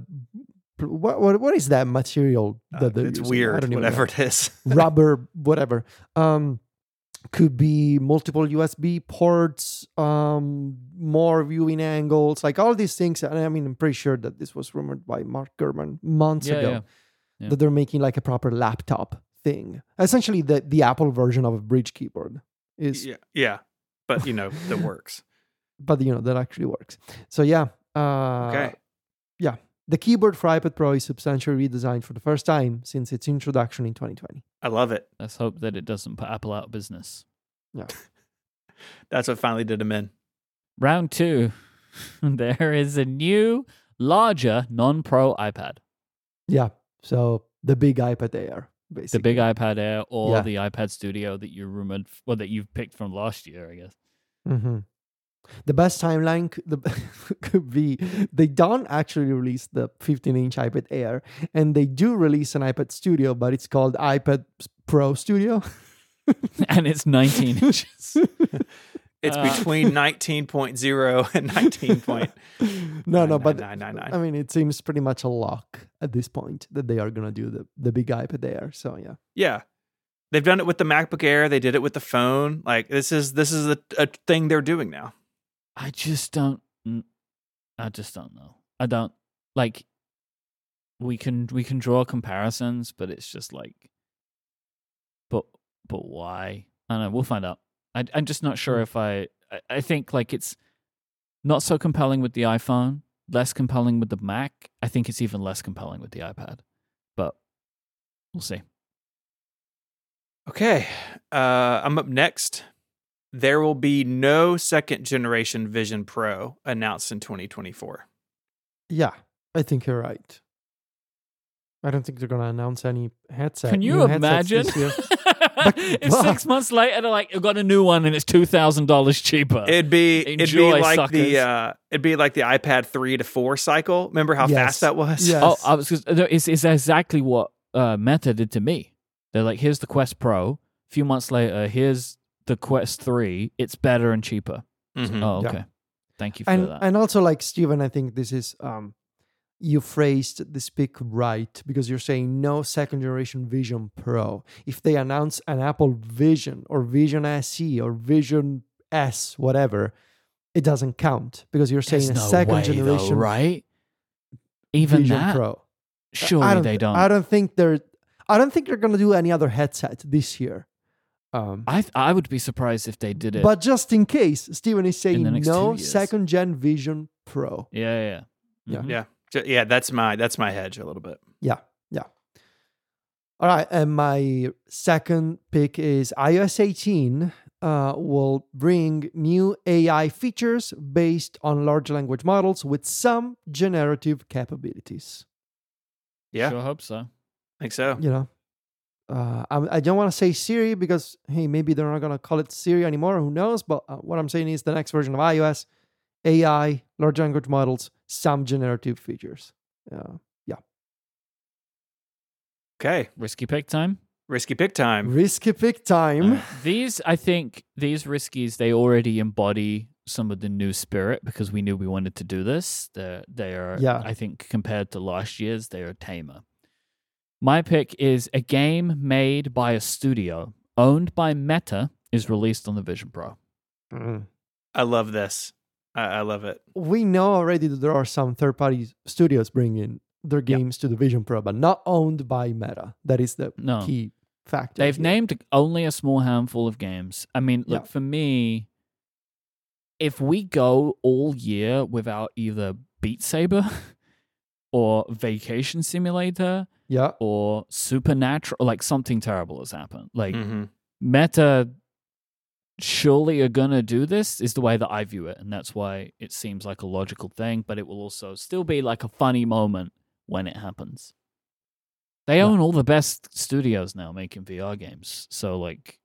what what, what is that material that Uh, they're it's using? I weird, don't even know. whatever it is. rubber whatever um could be multiple usb ports um more viewing angles like all these things and i mean i'm pretty sure that this was rumored by mark gurman months Yeah, ago yeah. Yeah. that they're making like a proper laptop thing essentially the the apple version of a bridge keyboard is yeah, yeah, but you know that works. but you know that actually works. So yeah, uh, Okay, The keyboard for iPad Pro is substantially redesigned for the first time since its introduction in 2020. I love it. Let's hope that it doesn't put Apple out of business. That's what finally did him in. Round two. there is a new, larger, non pro iPad. Yeah, so the big iPad Air, The basically. big iPad Air or Yeah. the iPad Studio that you rumored, well, that you've picked from last year, I guess. hmm The best timeline could, the, could be they don't actually release the 15-inch iPad Air, and they do release an iPad Studio, but it's called iPad Pro Studio. and it's 19 inches. It's Uh, between nineteen point zero and nineteen point. no, no, but nine nine I nine. mean, it seems pretty much a lock at this point that they are gonna do the the big iPad Air. So yeah, Yeah, they've done it with the MacBook Air. They did it with the phone. Like this is this is a, a thing they're doing now. I just don't. mm, I just don't know. I don't like. We can we can draw comparisons, but it's just like, but but why? I don't know. We'll find out. I, I'm just not Mm. sure if I, I. I think like it's not so compelling with the iPhone, less compelling with the Mac. I think it's even less compelling with the iPad, but we'll see. Okay, uh, I'm up next. There will be no second generation Vision Pro announced in 2024. yeah, I think you're right. I don't think they're gonna announce any headset. Can you new headsets imagine? this year. if six months later, they're like, "I've got a new one and it's two thousand dollars cheaper." It'd be it'd be Uh, Enjoy, like suckers. the uh, it'd be like the iPad three to four cycle. Remember how Yes. fast that was? Yes. Oh, I was just, no, it's, it's exactly what uh, Meta did to me. They're like, here's the Quest Pro. A few months later, here's the Quest 3. It's better and cheaper. So- Mhm. Oh, Yeah. okay. Thank you for and that. and also like Steven, I think this is um, you phrased this pick right because you're saying no second generation Vision Pro. If they announce an Apple Vision or Vision SE or Vision S, whatever. It doesn't count because you're saying There's a no second way, though, generation right? Even Vision that. Pro. Surely I don't, they th- don't. I don't think they're. I don't think they're gonna do any other headset this year. Um, I th- I would be surprised if they did it. but just in case, Steven is saying next no two years. second gen Vision Pro. yeah, yeah, Mhm. Yeah. J- Yeah, that's my that's my hedge a little bit. Yeah, yeah. All right, and my second pick is iOS 18 uh, will bring new AI features based on large language models with some generative capabilities. Yeah, Sure hope so. I think so. You know, uh, I, I don't want to say Siri because hey, maybe they're not gonna call it Siri anymore. Who knows? But uh, what I'm saying is the next version of iOS, AI, large language models, some generative features. Uh, Okay, Risky pick time. risky pick time. risky pick time. Uh, these, I think, these riskies they already embody some of the new spirit because we knew we wanted to do this. They're, they are, Yeah. I think, compared to last year's, they are tamer. My pick is a game made by a studio owned by Meta is released on the Vision Pro. Mm. I love this. I, I love it. Mm. we know already that there are some third party studios bringing their Yeah. games to the Vision Pro, but not owned by Meta. That is the No, key factor. Oh. They've here. named only a small handful of games. I mean, look, Yeah. for me, if we go all year without either Beat Saber or Vacation Simulator Yeah. or Supernatural, like something terrible has happened. Like, Mm. hmm Meta surely are going to do this, is the way that I view it. And that's why it seems like a logical thing, but it will also still be like a funny moment when it happens. They Yeah. own all the best studios now making VR games. So, like,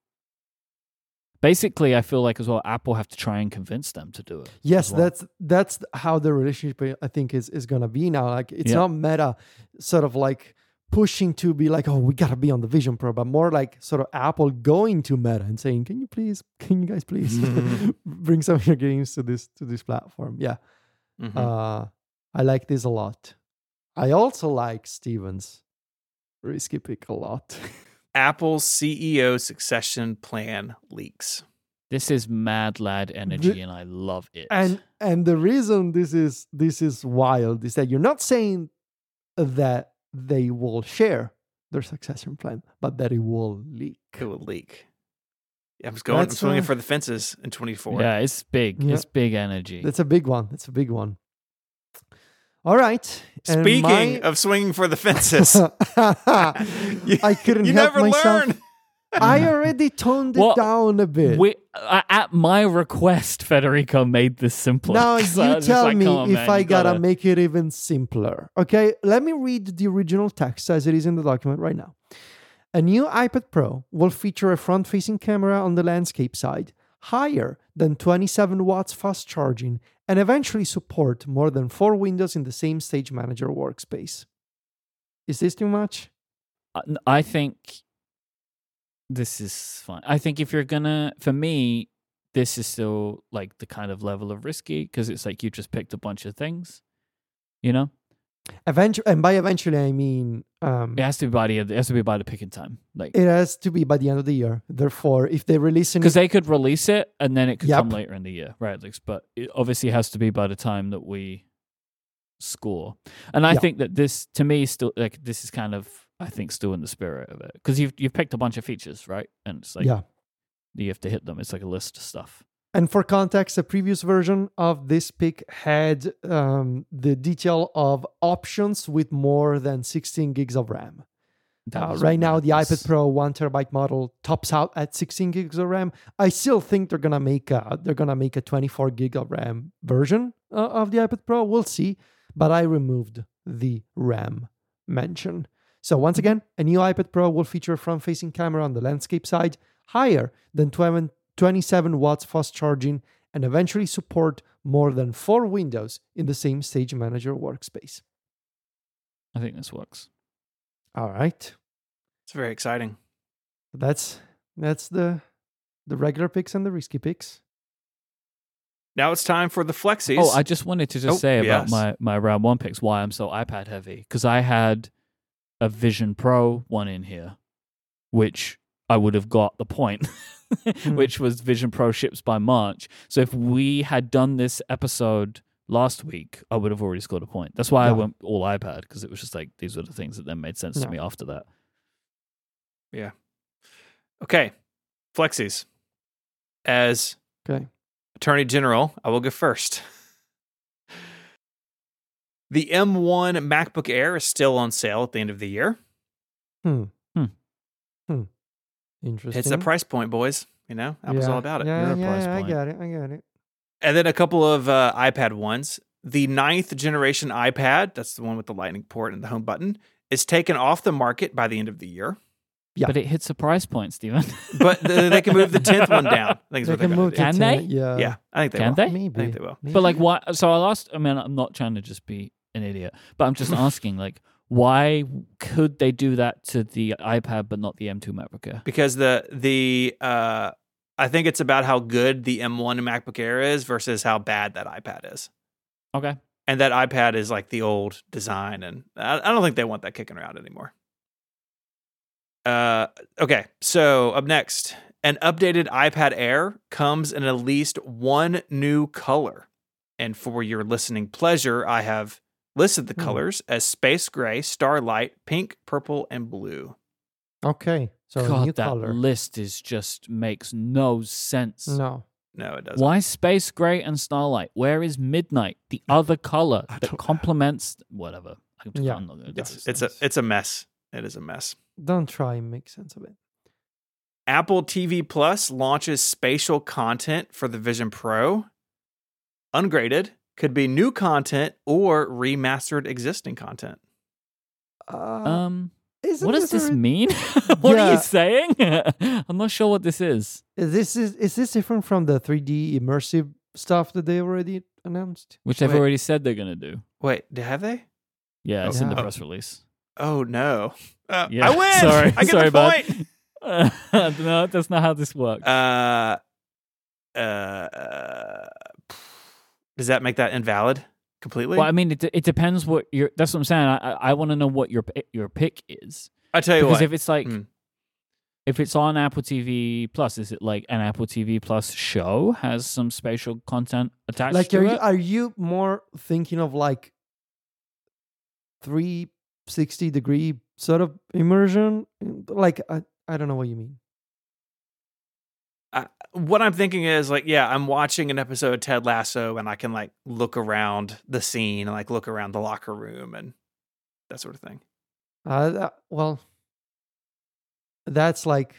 basically, I feel like as well, Apple have to try and convince them to do it. Yes, as well. that's that's how the relationship I think is is gonna be now. Like it's Yeah. not Meta sort of like pushing to be like, oh, we gotta be on the Vision Pro, but more like sort of Apple going to Meta and saying, can you please, can you guys please bring some of your games to this to this platform? Yeah. Mm-hmm. Mm-hmm. Uh, I like this a lot. I also like Stevens risky pick a lot. Apple's CEO E succession plan leaks. This is mad lad energy, and I love it. and and the reason this is this is wild is that you're not saying that they will share their succession plan, but that it will leak. It will leak. I'm just going. I'm That's, swinging uh, for the fences in 24. yeah, it's big. Yeah. It's big energy. That's a big one. That's a big one. All right. and Speaking my- of swinging for the fences, I couldn't you help never myself. learn. I already toned it Well, down a bit. We, uh, at my request, Federico made this simpler. Now So I you was just tell like, me "Come on, if man, I you gotta, gotta-" make it even simpler. Okay, let me read the original text as it is in the document right now. A new iPad Pro will feature a front facing camera on the landscape side, higher than 27 watts fast charging, and eventually support more than four windows in the same Stage Manager workspace. Is this too much? Uh, n- I think this is fine. I think if you're gonna, for me, this is still like the kind of level of risky because it's like you just picked a bunch of things. You know, Eventu- and by eventually, I mean um, it has to be by the it has to be by the picking time, like it has to be by the end of the year. Therefore, if they release an because they could release it and then it could Yep. come later in the year, right? Like, but it obviously has to be by the time that we score. And I Yeah. think that this, to me, still like this is kind of I think still in the spirit of it because you've you've picked a bunch of features, right? And it's like yeah. you have to hit them. It's like a list of stuff. And for context, a previous version of this pick had um, the detail of options with more than 16 gigs of RAM. That Uh, was right now, the madness. iPad Pro one terabyte model tops out at 16 gigs of RAM. I still think they're gonna make a they're gonna make a 24 gig of RAM version uh, of the iPad Pro. We'll see, but I removed the RAM mention. So once again, a new iPad Pro will feature a front-facing camera on the landscape side, higher than 20 27 watts fast charging, and eventually support more than four windows in the same Stage Manager workspace. I think this works. All right. It's very exciting. That's that's the the regular picks and the risky picks. Now it's time for the flexies. Oh, I just wanted to just Oh, say about yes. my my round one picks why I'm so iPad heavy because I had a Vision Pro one in here, which I would have got the point, Hmm. which was Vision Pro ships by March. So if we had done this episode last week, I would have already scored a point. That's why I Yeah. went all iPad because it was just like these were the things that then made sense to No. me after that. Okay. Flexies. As Okay. Attorney General, I will go first. The M1 MacBook Air is still on sale at the end of the year. Hmm. Hmm. Hmm. Interesting. It's a price point, boys. You know, that was all about it. You're Yeah, a yeah, price yeah, I point. got it. I got it. And then a couple of uh, iPad ones. The ninth generation iPad, that's the one with the lightning port and the home button, is taken off the market by the end of the year. Yeah. But it hits a price point, Stephen. But th- they can move the 10th one down. I think is They what they're can gonna move uh, do. to Can 10, they? Yeah. Yeah, I think they Can will. they? Maybe. think they will. But like, why? So I'll ask. I mean, I'm not trying to just be an idiot, but I'm just asking, like, why could they do that to the iPad but not the M2 MacBook Air? because the the uh I think it's about how good the M1 MacBook Air is versus how bad that iPad is. Okay. And that iPad is like the old design and I, I don't think they want that kicking around anymore. Uh okay, so up next, an updated iPad Air comes in at least one new color. And for your listening pleasure, I have listed the Hmm. colors as space gray, starlight, pink, purple, and blue. Okay. So God, new that color. list is just makes no sense. no. No, it doesn't. Why space gray and starlight? Where is midnight, the other color I don't that know. complements whatever? I'm, just, Yeah. I'm not gonna do it's it's this. a it's a mess. It is a mess. Don't try and make sense of it. Apple TV Plus launches spatial content for the Vision Pro. Ungraded could be new content or remastered existing content. Uh, um. isn't What does this a- mean? what are Yeah. you saying? I'm not sure what this is. Is this is is this different from the 3D immersive stuff that they already announced? Which they've Wait. already said they're gonna do. Wait, d- have they? Yeah, it's in the Yeah. press release. Oh no! Uh, Yeah. I win. Sorry. I get the Sorry, bud. point. no, that's not how this works. Uh, uh, uh, does that make that invalid completely? well, I mean, it, it depends what your. That's what I'm saying. I I, I want to know what your pi- your pick is I tell you because what. if it's like, Hmm. if it's on Apple TV Plus, is it like an Apple TV Plus show has some spatial content attached Like, to are you, it? are you more thinking of like 360 degree sort of immersion? Like, I, I don't know what you mean. what I'm thinking is like, yeah, I'm watching an episode of Ted Lasso and I can like look around the scene and like look around the locker room and that sort of thing. Uh, that, well, that's like,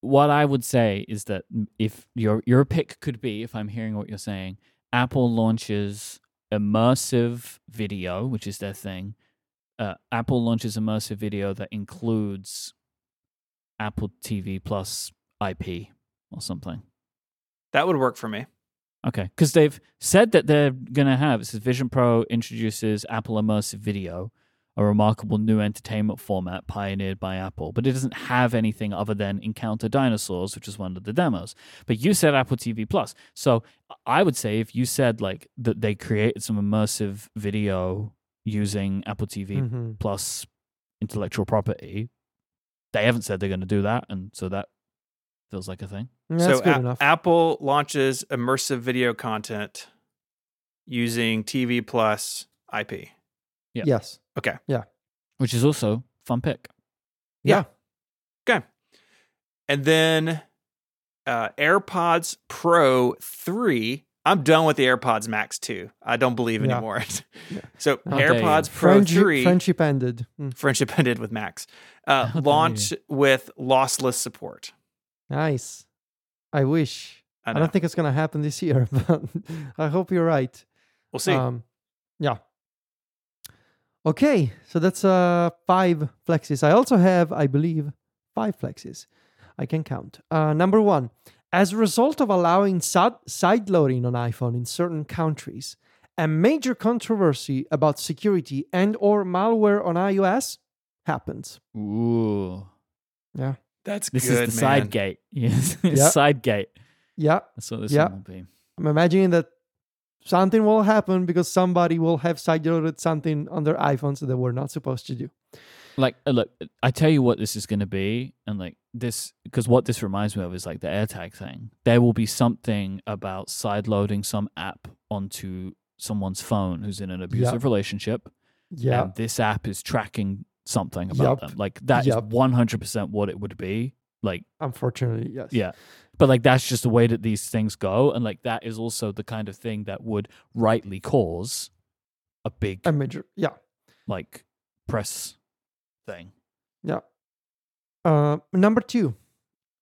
what I would say is that if your your pick could be, if I'm hearing what you're saying, Apple launches immersive video, which is their thing. Uh, Apple launches immersive video that includes Apple TV Plus IP or something. That would work for me. Okay, because they've said that they're gonna have. It says Vision Pro introduces Apple Immersive Video, a remarkable new entertainment format pioneered by Apple. But it doesn't have anything other than Encounter Dinosaurs, which is one of the demos. But you said Apple TV Plus, so I would say if you said like that they created some immersive video using Apple TV mhm. Plus intellectual property, they haven't said they're gonna do that, and so that feels like a thing. that's so good A- enough. Apple launches immersive video content using TV plus IP. yeah. Yes. which is also fun pick. Yeah. And then uh, AirPods Pro 3. I'm done with the AirPods Max 2. I don't believe Yeah. anymore. Yeah. Oh, So How dare you. AirPods Pro Friendship, 3. friendship ended. Mm. friendship ended with Max. Uh, How dare launch with lossless support. Nice. I wish. I, I, know. don't think it's going to happen this year, but I hope you're right. we'll see. Um, yeah. Okay, so that's uh five flexes. I also have, I believe, five flexes. I can count. Uh, number one, as a result of allowing sad- side loading on iPhone in certain countries, a major controversy about security and/or malware on iOS happens. Ooh, That's this good, is the man. side gate. Yes, it's Yeah. side gate. Yeah, That's what this Yeah. one will be. I'm imagining that something will happen because somebody will have side loaded something on their iPhones that they were not supposed to do. Like, uh, look, I tell you what, this is going to be, and like this, because what this reminds me of is like the AirTag thing. There will be something about side loading some app onto someone's phone who's in an abusive relationship. Yeah. And this app is tracking something about Yep. them. Like that is Yep. 100% what it would be. Like, Unfortunately, yes. Yeah. but like that's just the way that these things go. And like that is also the kind of thing that would rightly cause a big A major. Yeah. like press thing. Yeah. Uh, number two,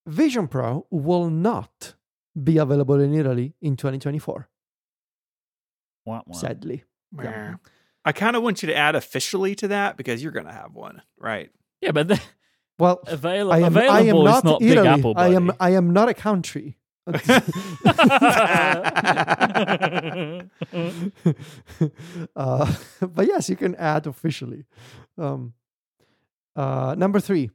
Vision Pro will not be available in Italy in 2024, Wah, wah. sadly. Yeah. Meh. I kind of want you to add officially to that because you're going to have one, right? Yeah, but the, Well, avail- I am, available I am is not, not Italy. Big Apple. I Buddy. am I am not a country. uh, but yes, you can add officially. Um, uh, number three,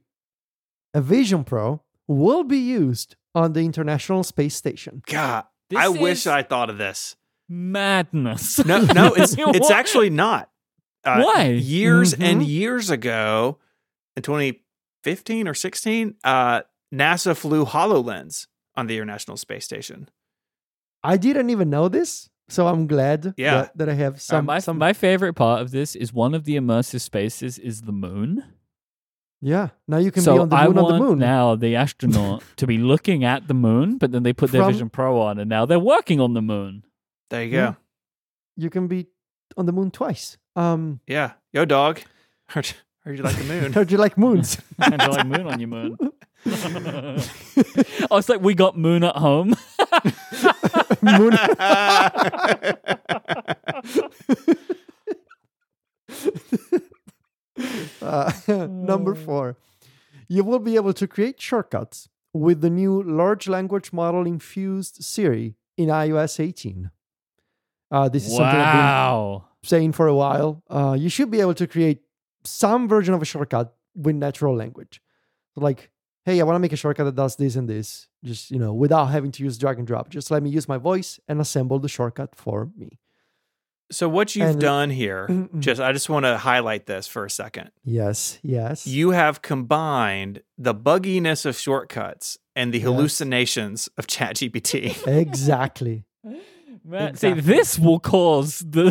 a Vision Pro will be used on the International Space Station. God, This I wish is I thought of this. madness. No, no, it's it's What? actually not. Uh, Why? Mm-hmm. Years and Mhm. years ago, in 2015 or 16, uh, NASA flew Hololens on the International Space Station. I didn't even know this, so I'm glad Yeah. that, that I have Uh, some. my, some my favorite part of this is one of the immersive spaces is the moon. yeah, now you can so be on the I moon want on the moon. now the astronaut to be looking at the moon, but then they put their From- Vision Pro on, and now they're working on the moon. There you go. Yeah. Hmm. You can be on the moon twice. Um, Yeah. Yo, dog. Heard, heard you like the moon. How do you like moons? And they're like moon on your moon. I was like, we got moon at home. moon. Uh, Uh, number Mm. four, you will be able to create shortcuts with the new large language model infused Siri in iOS 18. Uh, this is something I've wow. been saying for a while. Uh, you should be able to create some version of a shortcut with natural language. Like, hey, I want to make a shortcut that does this and this, just, you know, without having to use drag and drop. Just let me use my voice and assemble the shortcut for me. so what you've And- done here, Mm-mm. just I just want to highlight this for a second. Yes, yes. You have combined the bugginess of shortcuts and the Yes. hallucinations of ChatGPT. exactly. Man, Exactly. See, this will cause the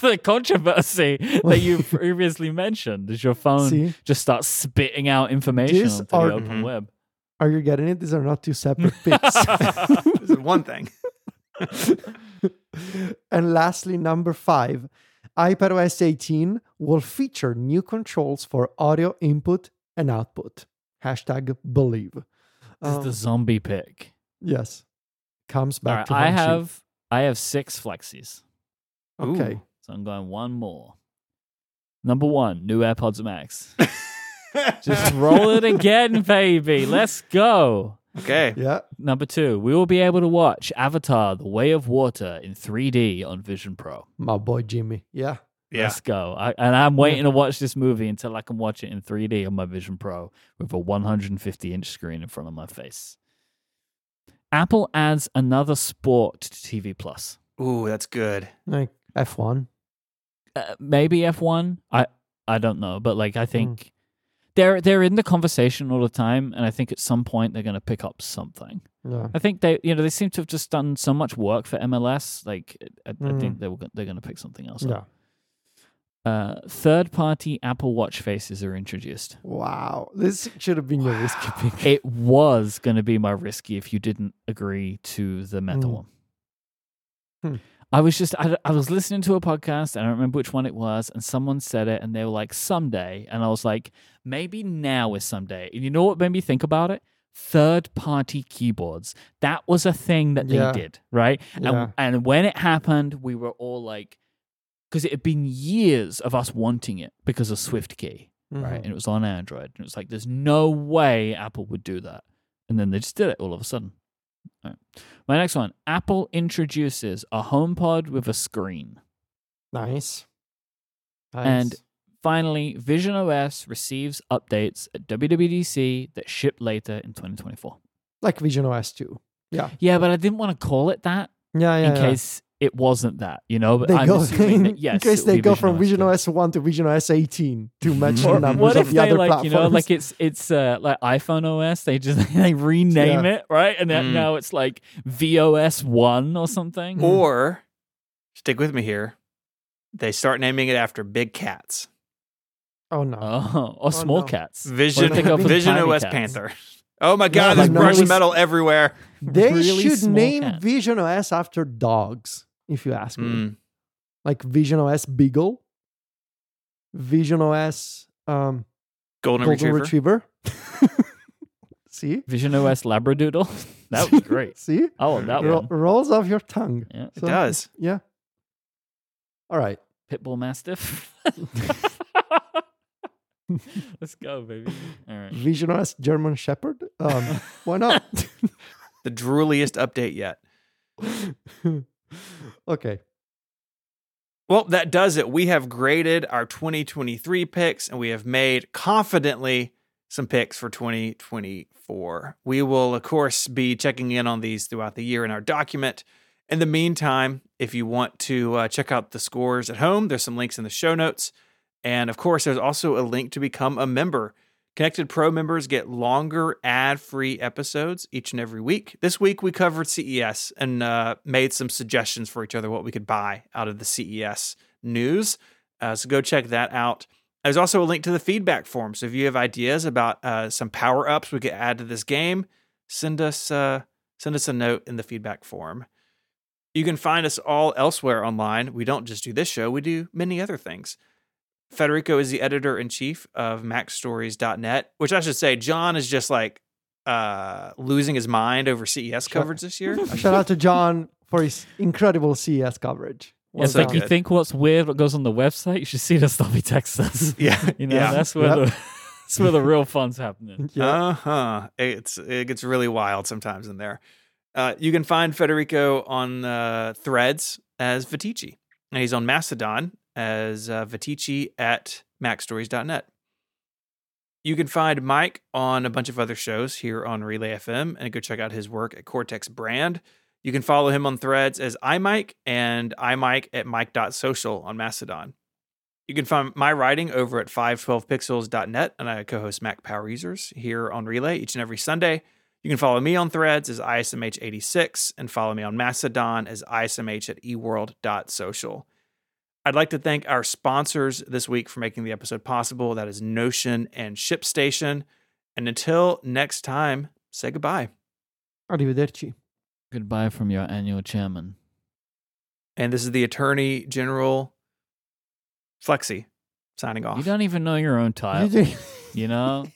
the controversy that you previously mentioned. Is your phone See? just starts spitting out information These onto are- the Mhm. open web? Are you getting it? These are not two separate bits. this is one thing. and lastly, number five, iPadOS 18 will feature new controls for audio input and output. Hashtag believe. This Um, is the zombie pick. yes. Comes All back right, to I haunt you. have I have six flexies, Okay. Ooh. so I'm going one more. Number one, new AirPods Max. Just roll it again, baby. Let's go. Okay. Yeah. Number two, we will be able to watch Avatar: The Way of Water in 3D on Vision Pro. My boy Jimmy. Yeah. Yeah. Let's go. I, and I'm waiting to watch this movie until I can watch it in 3D on my Vision Pro with a 150 inch screen in front of my face. Apple adds another sport to TV Plus. Ooh, that's good. Like F1. Uh, maybe F1. I I don't know, but like I Hmm. think they're they're in the conversation all the time, and I think at some point they're going to pick up something. Yeah. I think they you know they seem to have just done so much work for MLS. Like I, I Hmm. think they were go- they're going to pick something else. Yeah. up. Uh, third party Apple Watch faces are introduced. Wow. This should have been your risky pick. it was going to be my risky if you didn't agree to the meta Mm. one. Hmm. I was just, I, I was listening to a podcast, and I don't remember which one it was, and someone said it, and they were like, someday. And I was like, maybe now is someday. And you know what made me think about it? Third party keyboards. That was a thing that they Yeah. did, right? Yeah. And, and when it happened, we were all like, because it had been years of us wanting it because of SwiftKey right? And Mhm. it was on Android. And it was like, there's no way Apple would do that. And then they just did it all of a sudden. All right. My next one Apple introduces a HomePod with a screen. Nice. And- Finally, Vision OS receives updates at WWDC that ship later in 2024. like Vision OS 2. Yeah. Yeah, but I didn't want to call it that Yeah. Yeah. in yeah. case it wasn't that, you know? But they I'm go assuming that, yes. in case it will they be go from Vision OS two. OS 1 to Vision OS 18 to match Or the numbers what of if the they other like you platforms. know like it's it's uh, like iPhone OS they just they rename Yeah. it right and then Mm. Mm. now it's like VOS one or something Or Stick with me here. They start naming it after big cats. Oh no. Oh, or small no. cats. What do you Vision, think of for Vision tiny OS cats? Panther. Oh my god, there's like brushed really- metal everywhere. they Really should small name cat. Vision OS after dogs, if you ask Hmm. me. Mm, Like Vision OS Beagle, Vision OS um, golden, Golden retriever. Retriever. See? Vision OS Labradoodle. that was great. See? I want that Ro- one. rolls off your tongue. Yeah. It So, does. Yeah. All right. Pitbull Mastiff. Let's go, baby. All right. Vision OS German Shepherd. Um, why not? The drooliest update yet. okay. Well, that does it. We have graded our 2023 picks and we have made confidently some picks for 2024. We will, of course, be checking in on these throughout the year in our document. In the meantime, if you want to uh, check out the scores at home, there's some links in the show notes. And of course, there's also a link to become a member. Connected Pro members get longer ad free episodes each and every week. This week we covered CES and uh, made some suggestions for each other what we could buy out of the E CES news. Uh, so go check that out. There's also a link to the feedback form. So if you have ideas about uh, some power ups we could add to this game, send us uh, send us a note in the feedback form. You can find us all elsewhere online. We don't just do this show; we do many other things. Federico is the editor in chief of MacStories.net, which I should say, John is just like uh, losing his mind over CES coverage this year. Shout out to John for his incredible CES coverage. Well it's like done. you Good. think what's weird, what goes on the website, you should see the stuff he texts us. yeah, You know, yeah. that's where Yep. the that's where the real fun's happening. Yeah. Uh huh. It's it gets really wild sometimes in there. Uh, you can find Federico on uh, Threads as Vitici, and he's on Mastodon as uh, Vitici at MacStories.net. You can find Mike on a bunch of other shows here on Relay FM, and go check out his work at Cortex Brand. You can follow him on Threads as iMike and iMike at Mike.social on Mastodon. You can find my writing over at 512pixels.net, and I co host Mac Power Users here on Relay each and every Sunday. You can follow me on threads as ISMH86 and follow me on Macedon as ISMH at E eworld.social. I'd like to thank our sponsors this week for making the episode possible that is Notion and ShipStation. And until next time, say goodbye. Arrivederci. Goodbye from your annual chairman. And this is the Attorney General Flexi signing off. You don't even know your own title. You did- You know,